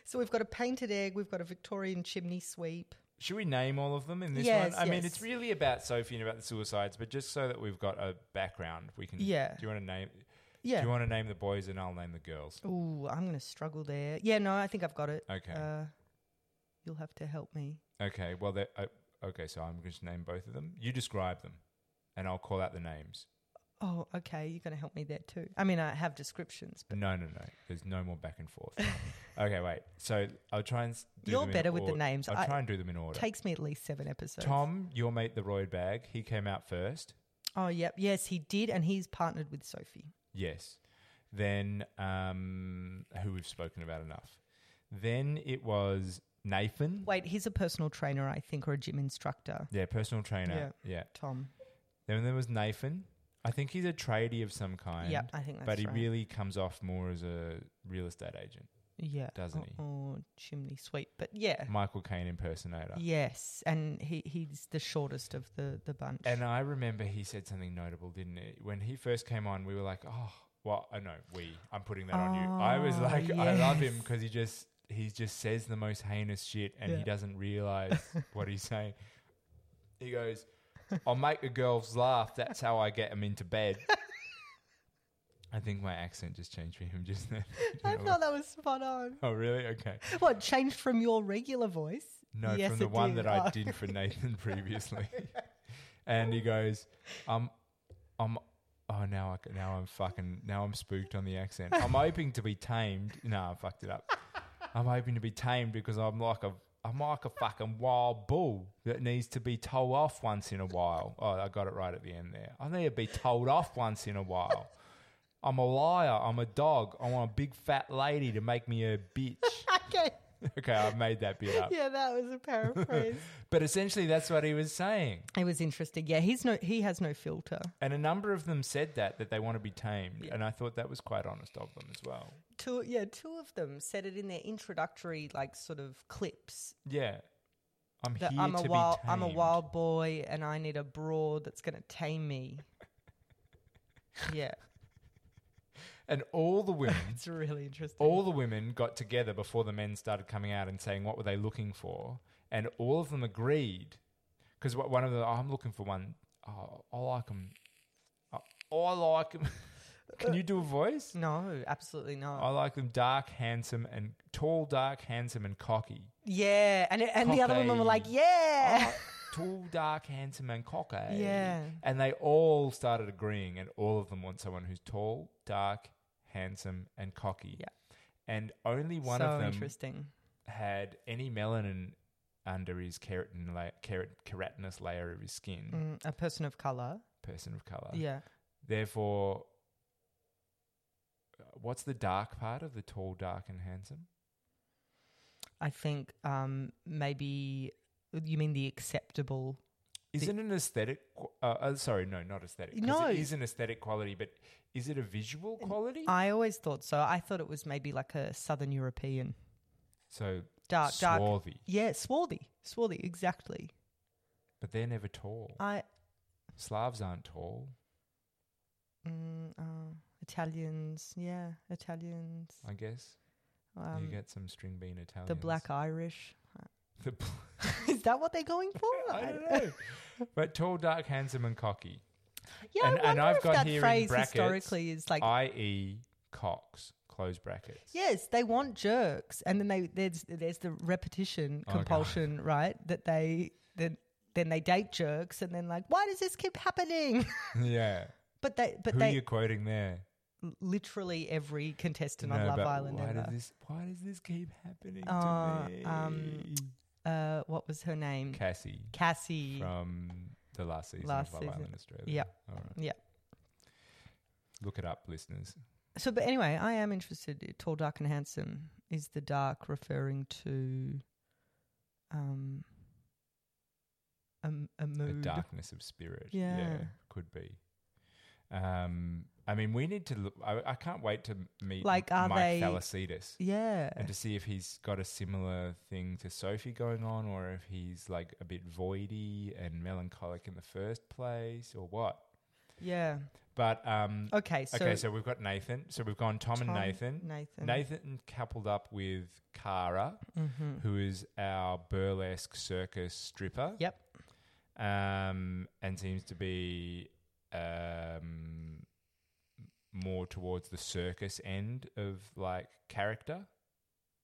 [SPEAKER 2] So we've got a painted egg. We've got a Victorian chimney sweep.
[SPEAKER 1] should we name all of them in this
[SPEAKER 2] Yes,
[SPEAKER 1] one? I mean,
[SPEAKER 2] yes.
[SPEAKER 1] it's really about Sophie and about the suicides, but just so that we've got a background, we can.
[SPEAKER 2] Yeah.
[SPEAKER 1] Mm. Do you want to name?
[SPEAKER 2] Yeah.
[SPEAKER 1] Do you want to name the boys and I'll name the girls?
[SPEAKER 2] Ooh, I'm going to struggle there. Yeah, no, I think I've got it.
[SPEAKER 1] Okay.
[SPEAKER 2] Uh, you'll have to help me.
[SPEAKER 1] Okay. Well, they- uh, okay. So I'm going to name both of them. You describe them, and I'll call out the names.
[SPEAKER 2] Oh, okay. You're going to help me there too. I mean, I have descriptions, but
[SPEAKER 1] No, no, no. There's no more back and forth. okay, wait. So I'll try and. s- Do
[SPEAKER 2] You're
[SPEAKER 1] them in
[SPEAKER 2] better with the
[SPEAKER 1] or-
[SPEAKER 2] names.
[SPEAKER 1] I'll
[SPEAKER 2] I-
[SPEAKER 1] try and do them in order.
[SPEAKER 2] takes me at least seven episodes.
[SPEAKER 1] Tom, your mate, the Royd Bag, he came out first.
[SPEAKER 2] Oh, yep. Yes, he did. And he's partnered with Sophie.
[SPEAKER 1] Yes. Then, um, who we've spoken about enough. Then it was Nathan.
[SPEAKER 2] Wait, he's a personal trainer, I think, or a gym instructor.
[SPEAKER 1] Yeah, personal trainer. Yeah.
[SPEAKER 2] Tom.
[SPEAKER 1] Then there was Nathan. I think he's a tradie of some kind.
[SPEAKER 2] Yep, I think that's
[SPEAKER 1] But he
[SPEAKER 2] right.
[SPEAKER 1] really comes off more as a real estate agent.
[SPEAKER 2] yeah,
[SPEAKER 1] doesn't
[SPEAKER 2] or,
[SPEAKER 1] he?
[SPEAKER 2] Or chimney sweep, but yeah,
[SPEAKER 1] Michael Caine impersonator.
[SPEAKER 2] yes, and he he's the shortest of the the bunch.
[SPEAKER 1] And uh, I remember he said something notable, didn't he? When he first came on, we were like, oh, well, I know, we, I'm putting that on you. I was
[SPEAKER 2] Oh,
[SPEAKER 1] like, I love him
[SPEAKER 2] yes.
[SPEAKER 1] because he just, he just says the most heinous shit and he
[SPEAKER 2] Yeah.
[SPEAKER 1] doesn't realize what he's saying. He goes, I'll make the girls laugh. That's how I get them into bed. I think my accent just changed for him just then.
[SPEAKER 2] I thought that was spot on.
[SPEAKER 1] oh, really? Okay.
[SPEAKER 2] What changed from your regular voice?
[SPEAKER 1] No,
[SPEAKER 2] Yes,
[SPEAKER 1] from the
[SPEAKER 2] it
[SPEAKER 1] one
[SPEAKER 2] did.
[SPEAKER 1] that I
[SPEAKER 2] Oh.
[SPEAKER 1] did for Nathan previously. and he goes, "I'm, I'm, oh now I c- now I'm fucking now I'm spooked on the accent. I'm hoping to be tamed. No, I fucked it up. I'm hoping to be tamed because I'm like a I'm like a fucking wild bull that needs to be told off once in a while. Oh, I got it right at the end there. I need to be told off once in a while. I'm a liar. I'm a dog. I want a big fat lady to make me a bitch.
[SPEAKER 2] Okay,
[SPEAKER 1] okay, I've made that bit up.
[SPEAKER 2] yeah, that was a paraphrase.
[SPEAKER 1] But essentially, that's what he was saying.
[SPEAKER 2] it was interesting. Yeah, he's no he has no filter.
[SPEAKER 1] And a number of them said that, that they want to be tamed. And I thought that was quite honest of them as well.
[SPEAKER 2] Two yeah, two of them said it in their introductory like sort of clips.
[SPEAKER 1] Yeah. I'm
[SPEAKER 2] That
[SPEAKER 1] here
[SPEAKER 2] I'm a
[SPEAKER 1] to
[SPEAKER 2] wild
[SPEAKER 1] be tamed.
[SPEAKER 2] I'm a wild boy and I need a broad that's going to tame me. yeah,
[SPEAKER 1] And all the women,
[SPEAKER 2] it's really interesting.
[SPEAKER 1] all the women got together before the men started coming out and saying what were they looking for. And all of them agreed. Because one of them, "Oh, I'm looking for one. Oh, I like them. I, I like them. Can you do a voice?
[SPEAKER 2] No, absolutely not.
[SPEAKER 1] I like them dark, handsome, and tall, dark, handsome, and cocky.
[SPEAKER 2] Yeah, and it- and the other women were like,
[SPEAKER 1] Cockade.
[SPEAKER 2] yeah,
[SPEAKER 1] Oh, tall, dark, handsome, and cocky.
[SPEAKER 2] Yeah.
[SPEAKER 1] And they all started agreeing, and all of them want someone who's tall, dark, handsome, and cocky.
[SPEAKER 2] Yeah.
[SPEAKER 1] And only one
[SPEAKER 2] so
[SPEAKER 1] of them
[SPEAKER 2] interesting.
[SPEAKER 1] had any melanin under his keratin la- kerat- keratinous layer of his skin.
[SPEAKER 2] Mm, a person of color.
[SPEAKER 1] Person of color.
[SPEAKER 2] Yeah,
[SPEAKER 1] Therefore, uh, what's the dark part of the tall, dark, and handsome?
[SPEAKER 2] I think um, maybe you mean the acceptable.
[SPEAKER 1] Isn't an aesthetic? qu- Uh, uh, sorry, no, not aesthetic. 'cause
[SPEAKER 2] No.
[SPEAKER 1] it is an aesthetic quality, but is it a visual quality?
[SPEAKER 2] I always thought so. I thought it was maybe like a Southern European
[SPEAKER 1] so
[SPEAKER 2] dark, dark.
[SPEAKER 1] swarthy,
[SPEAKER 2] Yeah, swarthy, swarthy, exactly.
[SPEAKER 1] but they're never tall.
[SPEAKER 2] I
[SPEAKER 1] Slavs aren't tall.
[SPEAKER 2] mm, uh, Italians, yeah, Italians.
[SPEAKER 1] I guess you
[SPEAKER 2] Um,
[SPEAKER 1] get some string bean Italians.
[SPEAKER 2] the Black Irish.
[SPEAKER 1] The pl-
[SPEAKER 2] Is that what they're going for?
[SPEAKER 1] I don't know. but tall, dark, handsome, and cocky,
[SPEAKER 2] Yeah,
[SPEAKER 1] And-
[SPEAKER 2] I
[SPEAKER 1] and
[SPEAKER 2] wonder
[SPEAKER 1] I've
[SPEAKER 2] if
[SPEAKER 1] got
[SPEAKER 2] that
[SPEAKER 1] here in
[SPEAKER 2] phrase
[SPEAKER 1] brackets,
[SPEAKER 2] historically is like
[SPEAKER 1] i.e., Cox. E, Close brackets.
[SPEAKER 2] Yes, they want jerks, and then they there's there's the repetition
[SPEAKER 1] Oh, God.
[SPEAKER 2] compulsion, right? That they then then they date jerks, and then like, why does this keep happening?
[SPEAKER 1] yeah.
[SPEAKER 2] but they but
[SPEAKER 1] Who are
[SPEAKER 2] they
[SPEAKER 1] you quoting there?
[SPEAKER 2] literally every contestant on
[SPEAKER 1] No,
[SPEAKER 2] Love
[SPEAKER 1] but
[SPEAKER 2] Island
[SPEAKER 1] Why
[SPEAKER 2] ever.
[SPEAKER 1] does this? Why does this keep happening
[SPEAKER 2] Uh,
[SPEAKER 1] to me?
[SPEAKER 2] um, uh, what was her name?
[SPEAKER 1] Cassie
[SPEAKER 2] Cassie.
[SPEAKER 1] from the last season
[SPEAKER 2] E. Last
[SPEAKER 1] of Love
[SPEAKER 2] season.
[SPEAKER 1] Island Australia.
[SPEAKER 2] Yep.
[SPEAKER 1] All right.
[SPEAKER 2] Yep.
[SPEAKER 1] Look it up, listeners.
[SPEAKER 2] So, but anyway, I am interested. i- Tall, dark, and handsome is the dark referring to um a, m- a
[SPEAKER 1] The
[SPEAKER 2] mood.
[SPEAKER 1] darkness of spirit.
[SPEAKER 2] Yeah.
[SPEAKER 1] could be. Um, I mean, we need to. Look, I, I can't wait to m- meet
[SPEAKER 2] Like, are
[SPEAKER 1] Mike
[SPEAKER 2] they-
[SPEAKER 1] Falacides
[SPEAKER 2] Yeah.
[SPEAKER 1] and to see if he's got a similar thing to Sophie going on, or if he's like a bit voidy and melancholic in the first place, or what.
[SPEAKER 2] Yeah.
[SPEAKER 1] But um,
[SPEAKER 2] Okay. Oh, So,
[SPEAKER 1] okay, so we've got Nathan. So we've gone Tom, and
[SPEAKER 2] Tom,
[SPEAKER 1] Nathan.
[SPEAKER 2] Nathan.
[SPEAKER 1] Nathan coupled up with Cara,
[SPEAKER 2] Mhm.
[SPEAKER 1] who is our burlesque circus stripper.
[SPEAKER 2] Yep.
[SPEAKER 1] Um, and seems to be um, more towards the circus end of like character.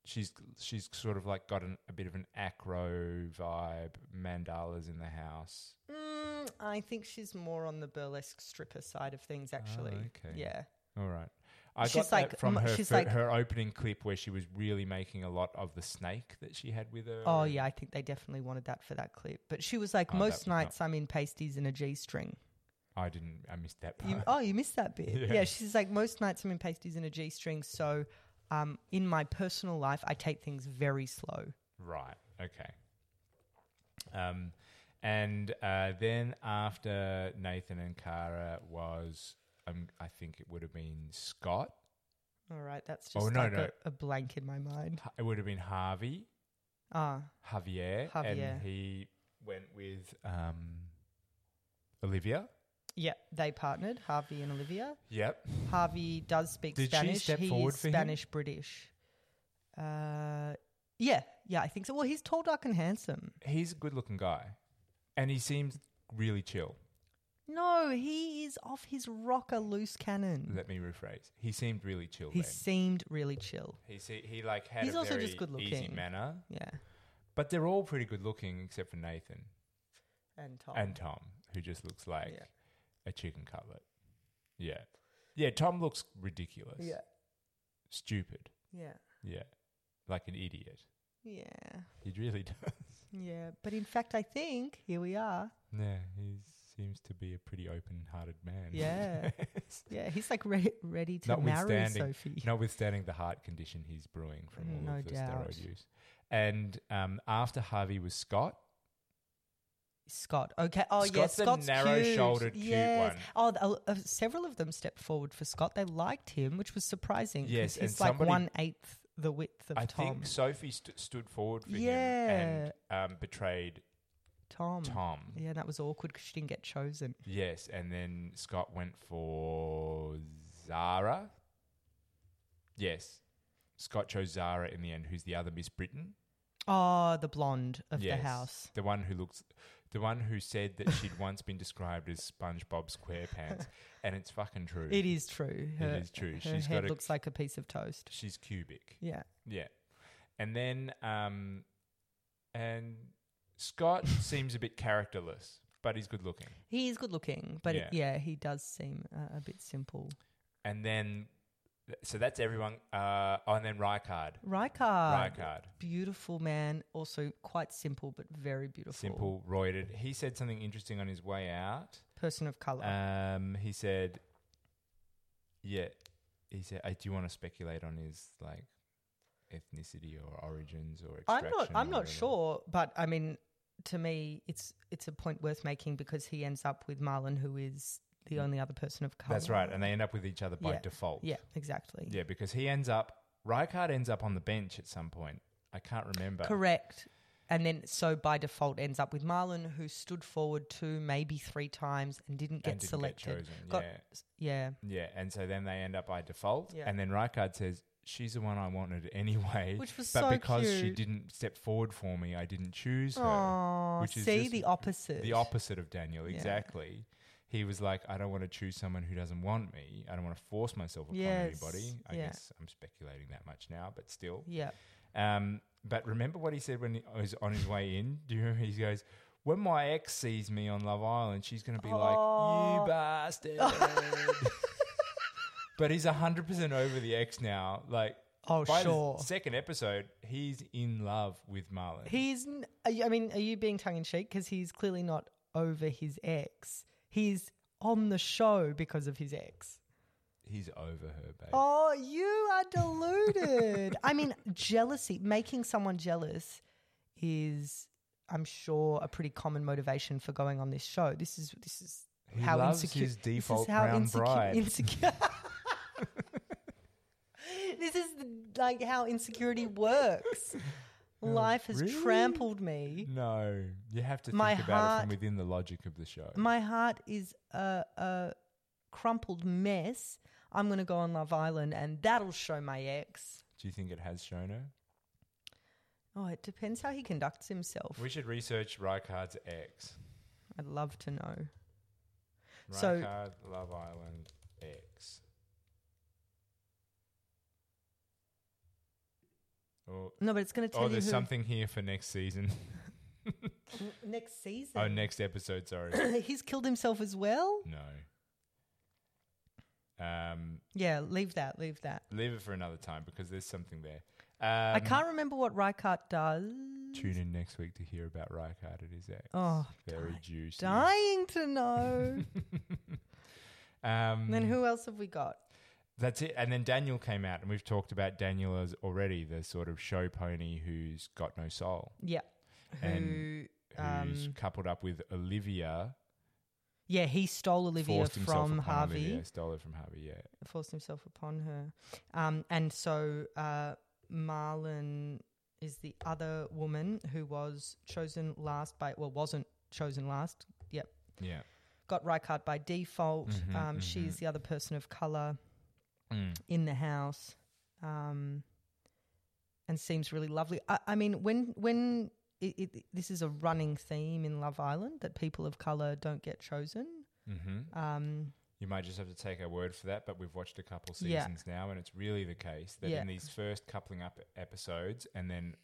[SPEAKER 1] She's she's sort of like got an, a bit of an acro vibe. Mandalas in the house.
[SPEAKER 2] Mm, I think she's more on the burlesque stripper side of things, actually.
[SPEAKER 1] Oh, okay.
[SPEAKER 2] Yeah.
[SPEAKER 1] All right. I
[SPEAKER 2] She's
[SPEAKER 1] got
[SPEAKER 2] like-
[SPEAKER 1] that from
[SPEAKER 2] mm,
[SPEAKER 1] her
[SPEAKER 2] she's
[SPEAKER 1] fir-
[SPEAKER 2] like-
[SPEAKER 1] her opening clip where she was really making a lot of the snake that she had with her.
[SPEAKER 2] Oh,
[SPEAKER 1] and-
[SPEAKER 2] yeah. I think they definitely wanted that for that clip. But she was like,
[SPEAKER 1] Oh, that was
[SPEAKER 2] most
[SPEAKER 1] not-
[SPEAKER 2] nights I'm in pasties and a G string.
[SPEAKER 1] I didn't. I missed that part.
[SPEAKER 2] You, oh, you missed that bit.
[SPEAKER 1] Yeah.
[SPEAKER 2] Yeah. She's like, most nights I'm in pasties and a G string. So um, in my personal life, I take things very slow.
[SPEAKER 1] Right. Okay. Um, and uh, then after Nathan and Cara was, um, I think it would have been Scott.
[SPEAKER 2] All right. That's
[SPEAKER 1] Oh,
[SPEAKER 2] just
[SPEAKER 1] no,
[SPEAKER 2] like
[SPEAKER 1] no.
[SPEAKER 2] A, a blank in my mind.
[SPEAKER 1] It would have been Harvey,
[SPEAKER 2] Ah,
[SPEAKER 1] Javier,
[SPEAKER 2] Javier.
[SPEAKER 1] and he went with um, Olivia.
[SPEAKER 2] yeah. They partnered, Harvey and Olivia.
[SPEAKER 1] Yep.
[SPEAKER 2] Harvey does speak
[SPEAKER 1] Did she
[SPEAKER 2] Spanish.
[SPEAKER 1] step
[SPEAKER 2] he
[SPEAKER 1] forward
[SPEAKER 2] is
[SPEAKER 1] for him?
[SPEAKER 2] Spanish British. Uh, yeah, yeah, I think so. Well, he's tall, dark, and handsome.
[SPEAKER 1] He's a good-looking guy, and he seems really chill.
[SPEAKER 2] No, he is off his rocker, loose cannon.
[SPEAKER 1] Let me rephrase. He seemed really chill.
[SPEAKER 2] He
[SPEAKER 1] then.
[SPEAKER 2] seemed really chill.
[SPEAKER 1] He se- he like had
[SPEAKER 2] He's
[SPEAKER 1] a
[SPEAKER 2] also
[SPEAKER 1] very
[SPEAKER 2] just good
[SPEAKER 1] easy
[SPEAKER 2] looking.
[SPEAKER 1] manner,
[SPEAKER 2] Yeah,
[SPEAKER 1] but they're all pretty good looking except for Nathan.
[SPEAKER 2] and tall.
[SPEAKER 1] and Tom, who just looks like
[SPEAKER 2] Yeah.
[SPEAKER 1] a chicken cutlet. Yeah, yeah. Tom looks ridiculous.
[SPEAKER 2] yeah,
[SPEAKER 1] stupid.
[SPEAKER 2] yeah,
[SPEAKER 1] Yeah, like an idiot.
[SPEAKER 2] yeah,
[SPEAKER 1] He really does.
[SPEAKER 2] yeah. But in fact, I think here we are.
[SPEAKER 1] Yeah, he seems to be a pretty open-hearted man.
[SPEAKER 2] Yeah. Yeah, he's like re- ready to marry
[SPEAKER 1] Notwithstanding-
[SPEAKER 2] Sophie.
[SPEAKER 1] Notwithstanding the heart condition he's brewing from all
[SPEAKER 2] Mm, No
[SPEAKER 1] of the
[SPEAKER 2] doubt.
[SPEAKER 1] steroid use. And um, after Harvey was Scott,
[SPEAKER 2] Scott. Okay. Oh, yeah.
[SPEAKER 1] Scott's the
[SPEAKER 2] Scott's
[SPEAKER 1] narrow-shouldered,
[SPEAKER 2] cute.
[SPEAKER 1] cute
[SPEAKER 2] yes.
[SPEAKER 1] one.
[SPEAKER 2] Oh, th- uh, uh, several of them stepped forward for Scott. They liked him, which was surprising. 'cause
[SPEAKER 1] Yes, and
[SPEAKER 2] he's like
[SPEAKER 1] somebody-
[SPEAKER 2] one eighth the width of
[SPEAKER 1] I
[SPEAKER 2] Tom.
[SPEAKER 1] think Sophie st- stood forward for him and um, betrayed
[SPEAKER 2] Tom.
[SPEAKER 1] Tom.
[SPEAKER 2] Yeah, and that was awkward because she didn't get chosen.
[SPEAKER 1] Yes, and then Scott went for Zara. Yes. Scott chose Zara in the end, who's the other Miss Britain.
[SPEAKER 2] Oh, the blonde of
[SPEAKER 1] Yes,
[SPEAKER 2] the house.
[SPEAKER 1] The one who looks the one who said that she'd once been described as SpongeBob SquarePants. and it's fucking true.
[SPEAKER 2] It is true.
[SPEAKER 1] It
[SPEAKER 2] Her,
[SPEAKER 1] is true.
[SPEAKER 2] Her
[SPEAKER 1] She's
[SPEAKER 2] head
[SPEAKER 1] got a
[SPEAKER 2] looks like a piece of toast.
[SPEAKER 1] she's cubic.
[SPEAKER 2] Yeah.
[SPEAKER 1] Yeah. And then um and Scott seems a bit characterless, but he's good looking.
[SPEAKER 2] He is good looking, but yeah,
[SPEAKER 1] Yeah.
[SPEAKER 2] yeah he does seem uh, a bit simple.
[SPEAKER 1] And then so that's everyone uh oh, and then Rycard.
[SPEAKER 2] Rijkaard. Um,
[SPEAKER 1] Rycard.
[SPEAKER 2] Beautiful man, also quite simple, but very beautiful.
[SPEAKER 1] Simple, roided. He said something interesting on his way out.
[SPEAKER 2] Person of colour.
[SPEAKER 1] Um, he said, "Yeah." He said, "I do want to speculate on his like ethnicity or origins or
[SPEAKER 2] I'm
[SPEAKER 1] extraction."
[SPEAKER 2] not.
[SPEAKER 1] or
[SPEAKER 2] I'm not
[SPEAKER 1] whatever."
[SPEAKER 2] sure, but I mean, to me, it's it's a point worth making because he ends up with Marlon, who is the only other person of color.
[SPEAKER 1] Mm. That's right, and they end up with each other by
[SPEAKER 2] Yeah.
[SPEAKER 1] default.
[SPEAKER 2] Yeah, exactly.
[SPEAKER 1] yeah, because he ends up. Rijkaard ends up on the bench at some point. I can't remember.
[SPEAKER 2] Correct. and then so by default ends up with Marlon, who stood forward two, maybe three times and didn't get
[SPEAKER 1] and didn't
[SPEAKER 2] selected.
[SPEAKER 1] chosen.
[SPEAKER 2] Got-
[SPEAKER 1] yeah.
[SPEAKER 2] S- yeah.
[SPEAKER 1] Yeah, and so then they end up by default,
[SPEAKER 2] Yeah.
[SPEAKER 1] and then Rijkaard says she's the one I wanted anyway,
[SPEAKER 2] Which was
[SPEAKER 1] but
[SPEAKER 2] so
[SPEAKER 1] because she
[SPEAKER 2] cute.
[SPEAKER 1] didn't step forward for me, I didn't choose her.
[SPEAKER 2] Aw,
[SPEAKER 1] which is
[SPEAKER 2] see
[SPEAKER 1] just
[SPEAKER 2] the opposite.
[SPEAKER 1] The opposite of Daniel,
[SPEAKER 2] Yeah.
[SPEAKER 1] exactly. He was like, I don't want to choose someone who doesn't want me. I don't want to force myself upon
[SPEAKER 2] Yes,
[SPEAKER 1] anybody. I
[SPEAKER 2] yeah.
[SPEAKER 1] guess I'm speculating that much now, but still.
[SPEAKER 2] Yeah.
[SPEAKER 1] Um, but remember what he said when he was on his way in? Do you remember? He goes, When my ex sees me on Love Island, she's going to be like,
[SPEAKER 2] Oh.
[SPEAKER 1] You bastard. but he's 100% over the ex now. Like,
[SPEAKER 2] Oh,
[SPEAKER 1] by
[SPEAKER 2] sure.
[SPEAKER 1] the second episode, he's in love with Marlon.
[SPEAKER 2] He's. n- are you- I mean, are you being tongue in cheek? Because he's clearly not over his ex. He's on the show because of his ex.
[SPEAKER 1] he's over her, babe.
[SPEAKER 2] Oh, you are deluded. I mean, jealousy, making someone jealous is, I'm sure, a pretty common motivation for going on this show. This is this is
[SPEAKER 1] He
[SPEAKER 2] how
[SPEAKER 1] loves
[SPEAKER 2] insecure
[SPEAKER 1] his
[SPEAKER 2] this is
[SPEAKER 1] default
[SPEAKER 2] how
[SPEAKER 1] brown
[SPEAKER 2] insecure,
[SPEAKER 1] bride.
[SPEAKER 2] Insecure. this is the, like how insecurity works. Life has
[SPEAKER 1] Oh, really?
[SPEAKER 2] trampled me.
[SPEAKER 1] No, you have to think
[SPEAKER 2] My
[SPEAKER 1] about it
[SPEAKER 2] heart-
[SPEAKER 1] from within the logic of the show.
[SPEAKER 2] My heart is a, a crumpled mess. I'm going to go on Love Island, and that'll show my ex.
[SPEAKER 1] Do you think it has shown her?
[SPEAKER 2] Oh, it depends how he conducts himself.
[SPEAKER 1] We should research Reichardt's ex.
[SPEAKER 2] I'd love to know. So-
[SPEAKER 1] Reichardt, Love Island, X. Oh,
[SPEAKER 2] No, but it's going to
[SPEAKER 1] oh
[SPEAKER 2] tell you
[SPEAKER 1] there's
[SPEAKER 2] who
[SPEAKER 1] something here for next season.
[SPEAKER 2] n- next season.
[SPEAKER 1] oh, next episode, sorry.
[SPEAKER 2] He's killed himself as well.
[SPEAKER 1] no. Um,
[SPEAKER 2] Yeah, leave that. Leave that.
[SPEAKER 1] leave it for another time because there's something there. Um,
[SPEAKER 2] I can't remember what Reichardt does.
[SPEAKER 1] Tune in next week to hear about Reichardt at his ex.
[SPEAKER 2] Oh,
[SPEAKER 1] very juicy.
[SPEAKER 2] Dying to know.
[SPEAKER 1] Um,
[SPEAKER 2] and then who else have we got?
[SPEAKER 1] That's it. And then Daniel came out, and we've talked about Daniel as already the sort of show pony who's got no soul,
[SPEAKER 2] Yeah.
[SPEAKER 1] And
[SPEAKER 2] who? Um,
[SPEAKER 1] who's coupled up with Olivia,
[SPEAKER 2] yeah, he stole Olivia
[SPEAKER 1] forced himself
[SPEAKER 2] from
[SPEAKER 1] upon
[SPEAKER 2] Harvey.
[SPEAKER 1] Olivia, stole it from Harvey. Yeah,
[SPEAKER 2] Forced himself upon her. Um, and so uh, Marlon is the other woman who was chosen last by, well, wasn't chosen last. Yep.
[SPEAKER 1] yeah.
[SPEAKER 2] got Reichardt by default.
[SPEAKER 1] Mhm,
[SPEAKER 2] um, She's
[SPEAKER 1] mhm.
[SPEAKER 2] the other person of color
[SPEAKER 1] Mm.
[SPEAKER 2] in the house, um, and seems really lovely. I, I mean, when when it, it, this is a running theme in Love Island that people of color don't get chosen.
[SPEAKER 1] hmm
[SPEAKER 2] Um,
[SPEAKER 1] You might just have to take our word for that, but we've watched a couple
[SPEAKER 2] Yeah.
[SPEAKER 1] seasons now, and it's really the case that
[SPEAKER 2] Yeah.
[SPEAKER 1] in these first coupling up episodes, and then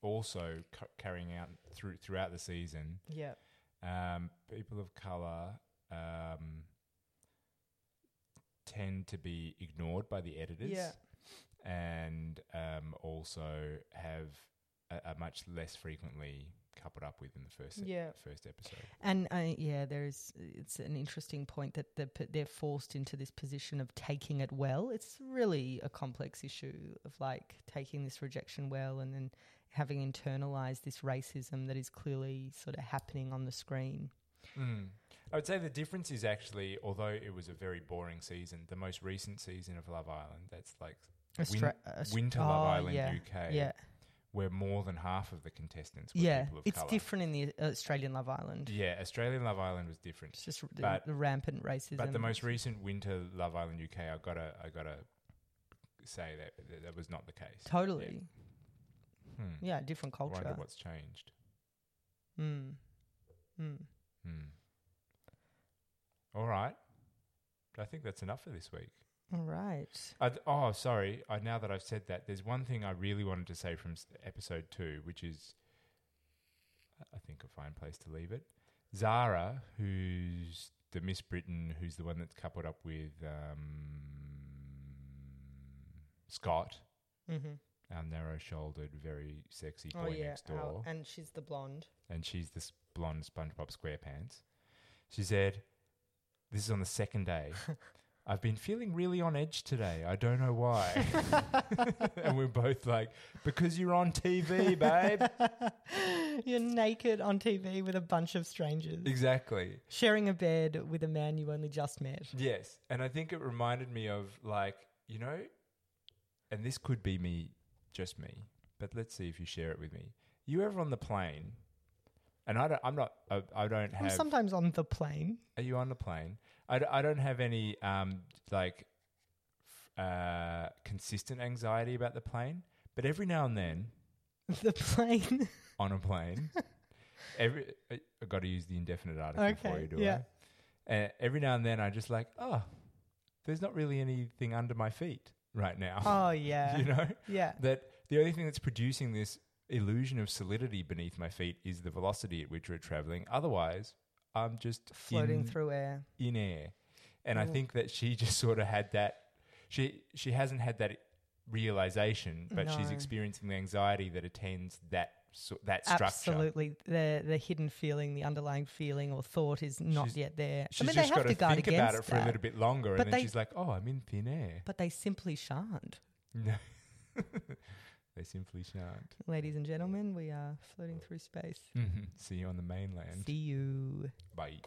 [SPEAKER 1] also cu- carrying out through throughout the season,
[SPEAKER 2] yeah,
[SPEAKER 1] um, people of color um, tend to be ignored by the editors
[SPEAKER 2] Yeah.
[SPEAKER 1] and um, also have a, a much less frequently coupled up with in the first
[SPEAKER 2] Yeah.
[SPEAKER 1] first episode.
[SPEAKER 2] and uh, yeah, there is. It's an interesting point that they're, put- they're forced into this position of taking it well. It's really a complex issue of like taking this rejection well, and then having internalized this racism that is clearly sort of happening on the screen.
[SPEAKER 1] Hmm. I would say the difference is actually, although it was a very boring season, the most recent season of Love Island, that's like
[SPEAKER 2] Austra- Aus-
[SPEAKER 1] Winter Love
[SPEAKER 2] Oh,
[SPEAKER 1] Island
[SPEAKER 2] yeah,
[SPEAKER 1] UK,
[SPEAKER 2] Yeah,
[SPEAKER 1] where more than half of the contestants were
[SPEAKER 2] yeah.
[SPEAKER 1] people of
[SPEAKER 2] It's
[SPEAKER 1] color.
[SPEAKER 2] different in the uh, Australian Love Island.
[SPEAKER 1] Yeah, Australian Love Island was different.
[SPEAKER 2] It's just the,
[SPEAKER 1] But-
[SPEAKER 2] the rampant racism.
[SPEAKER 1] But the most recent winter Love Island UK, I gotta, I gotta say that that, that was not the case.
[SPEAKER 2] totally,
[SPEAKER 1] Hmm.
[SPEAKER 2] yeah, different
[SPEAKER 1] I wonder
[SPEAKER 2] culture.
[SPEAKER 1] what's changed.
[SPEAKER 2] Mm. Mm.
[SPEAKER 1] Hmm. All right, I think that's enough for this week.
[SPEAKER 2] All right.
[SPEAKER 1] I th- oh, sorry. I, now that I've said that, there's one thing I really wanted to say from s- episode two, which is, I- I think, a fine place to leave it. Zara, who's the Miss Britain, who's the one that's coupled up with um, Scott,
[SPEAKER 2] Mm-hmm.
[SPEAKER 1] our narrow-shouldered, very sexy boy
[SPEAKER 2] Oh yeah,
[SPEAKER 1] next
[SPEAKER 2] Al-
[SPEAKER 1] door,
[SPEAKER 2] and she's the blonde.
[SPEAKER 1] and she's this blonde SpongeBob SquarePants. She said, "This is on the second day." I've been feeling really on edge today. I don't know why. and we're both like, because you're on TV, babe.
[SPEAKER 2] You're naked on TV with a bunch of strangers,
[SPEAKER 1] exactly.
[SPEAKER 2] sharing a bed with a man you only just met.
[SPEAKER 1] Yes. And I think it reminded me of like, you know, and this could be me, just me, but let's see if you share it with me. You ever on the plane? And I don't, I'm not. I, I don't
[SPEAKER 2] I'm
[SPEAKER 1] have.
[SPEAKER 2] sometimes on the plane.
[SPEAKER 1] are you on the plane? I, d- I don't have any um like f- uh consistent anxiety about the plane, but every now and then
[SPEAKER 2] The plane.
[SPEAKER 1] on a plane. every I got to use the indefinite article for
[SPEAKER 2] Okay,
[SPEAKER 1] you, do
[SPEAKER 2] yeah.
[SPEAKER 1] I? Uh, every now and then, I just like, oh, there's not really anything under my feet right now.
[SPEAKER 2] oh yeah.
[SPEAKER 1] you know
[SPEAKER 2] Yeah.
[SPEAKER 1] that the only thing that's producing this illusion of solidity beneath my feet is the velocity at which we're traveling. Otherwise, I'm just
[SPEAKER 2] Floating
[SPEAKER 1] in-
[SPEAKER 2] through air.
[SPEAKER 1] in air. And I
[SPEAKER 2] Cool.
[SPEAKER 1] think that she just sort of had that. She she hasn't had that realization, but she's
[SPEAKER 2] No.
[SPEAKER 1] experiencing the anxiety that attends that so, that structure.
[SPEAKER 2] Absolutely. The the hidden feeling, the underlying feeling or thought is not
[SPEAKER 1] She's-
[SPEAKER 2] yet there.
[SPEAKER 1] She's
[SPEAKER 2] I mean, they
[SPEAKER 1] just
[SPEAKER 2] have
[SPEAKER 1] got
[SPEAKER 2] to guard
[SPEAKER 1] think
[SPEAKER 2] against
[SPEAKER 1] about it for
[SPEAKER 2] that,
[SPEAKER 1] a little bit longer,
[SPEAKER 2] But
[SPEAKER 1] and then
[SPEAKER 2] they-
[SPEAKER 1] she's like, "Oh, I'm in thin air."
[SPEAKER 2] but they simply shan't.
[SPEAKER 1] No, they simply shan't.
[SPEAKER 2] Ladies and gentlemen, we are floating through space.
[SPEAKER 1] Mhm. See you on the mainland.
[SPEAKER 2] See you.
[SPEAKER 1] Bye.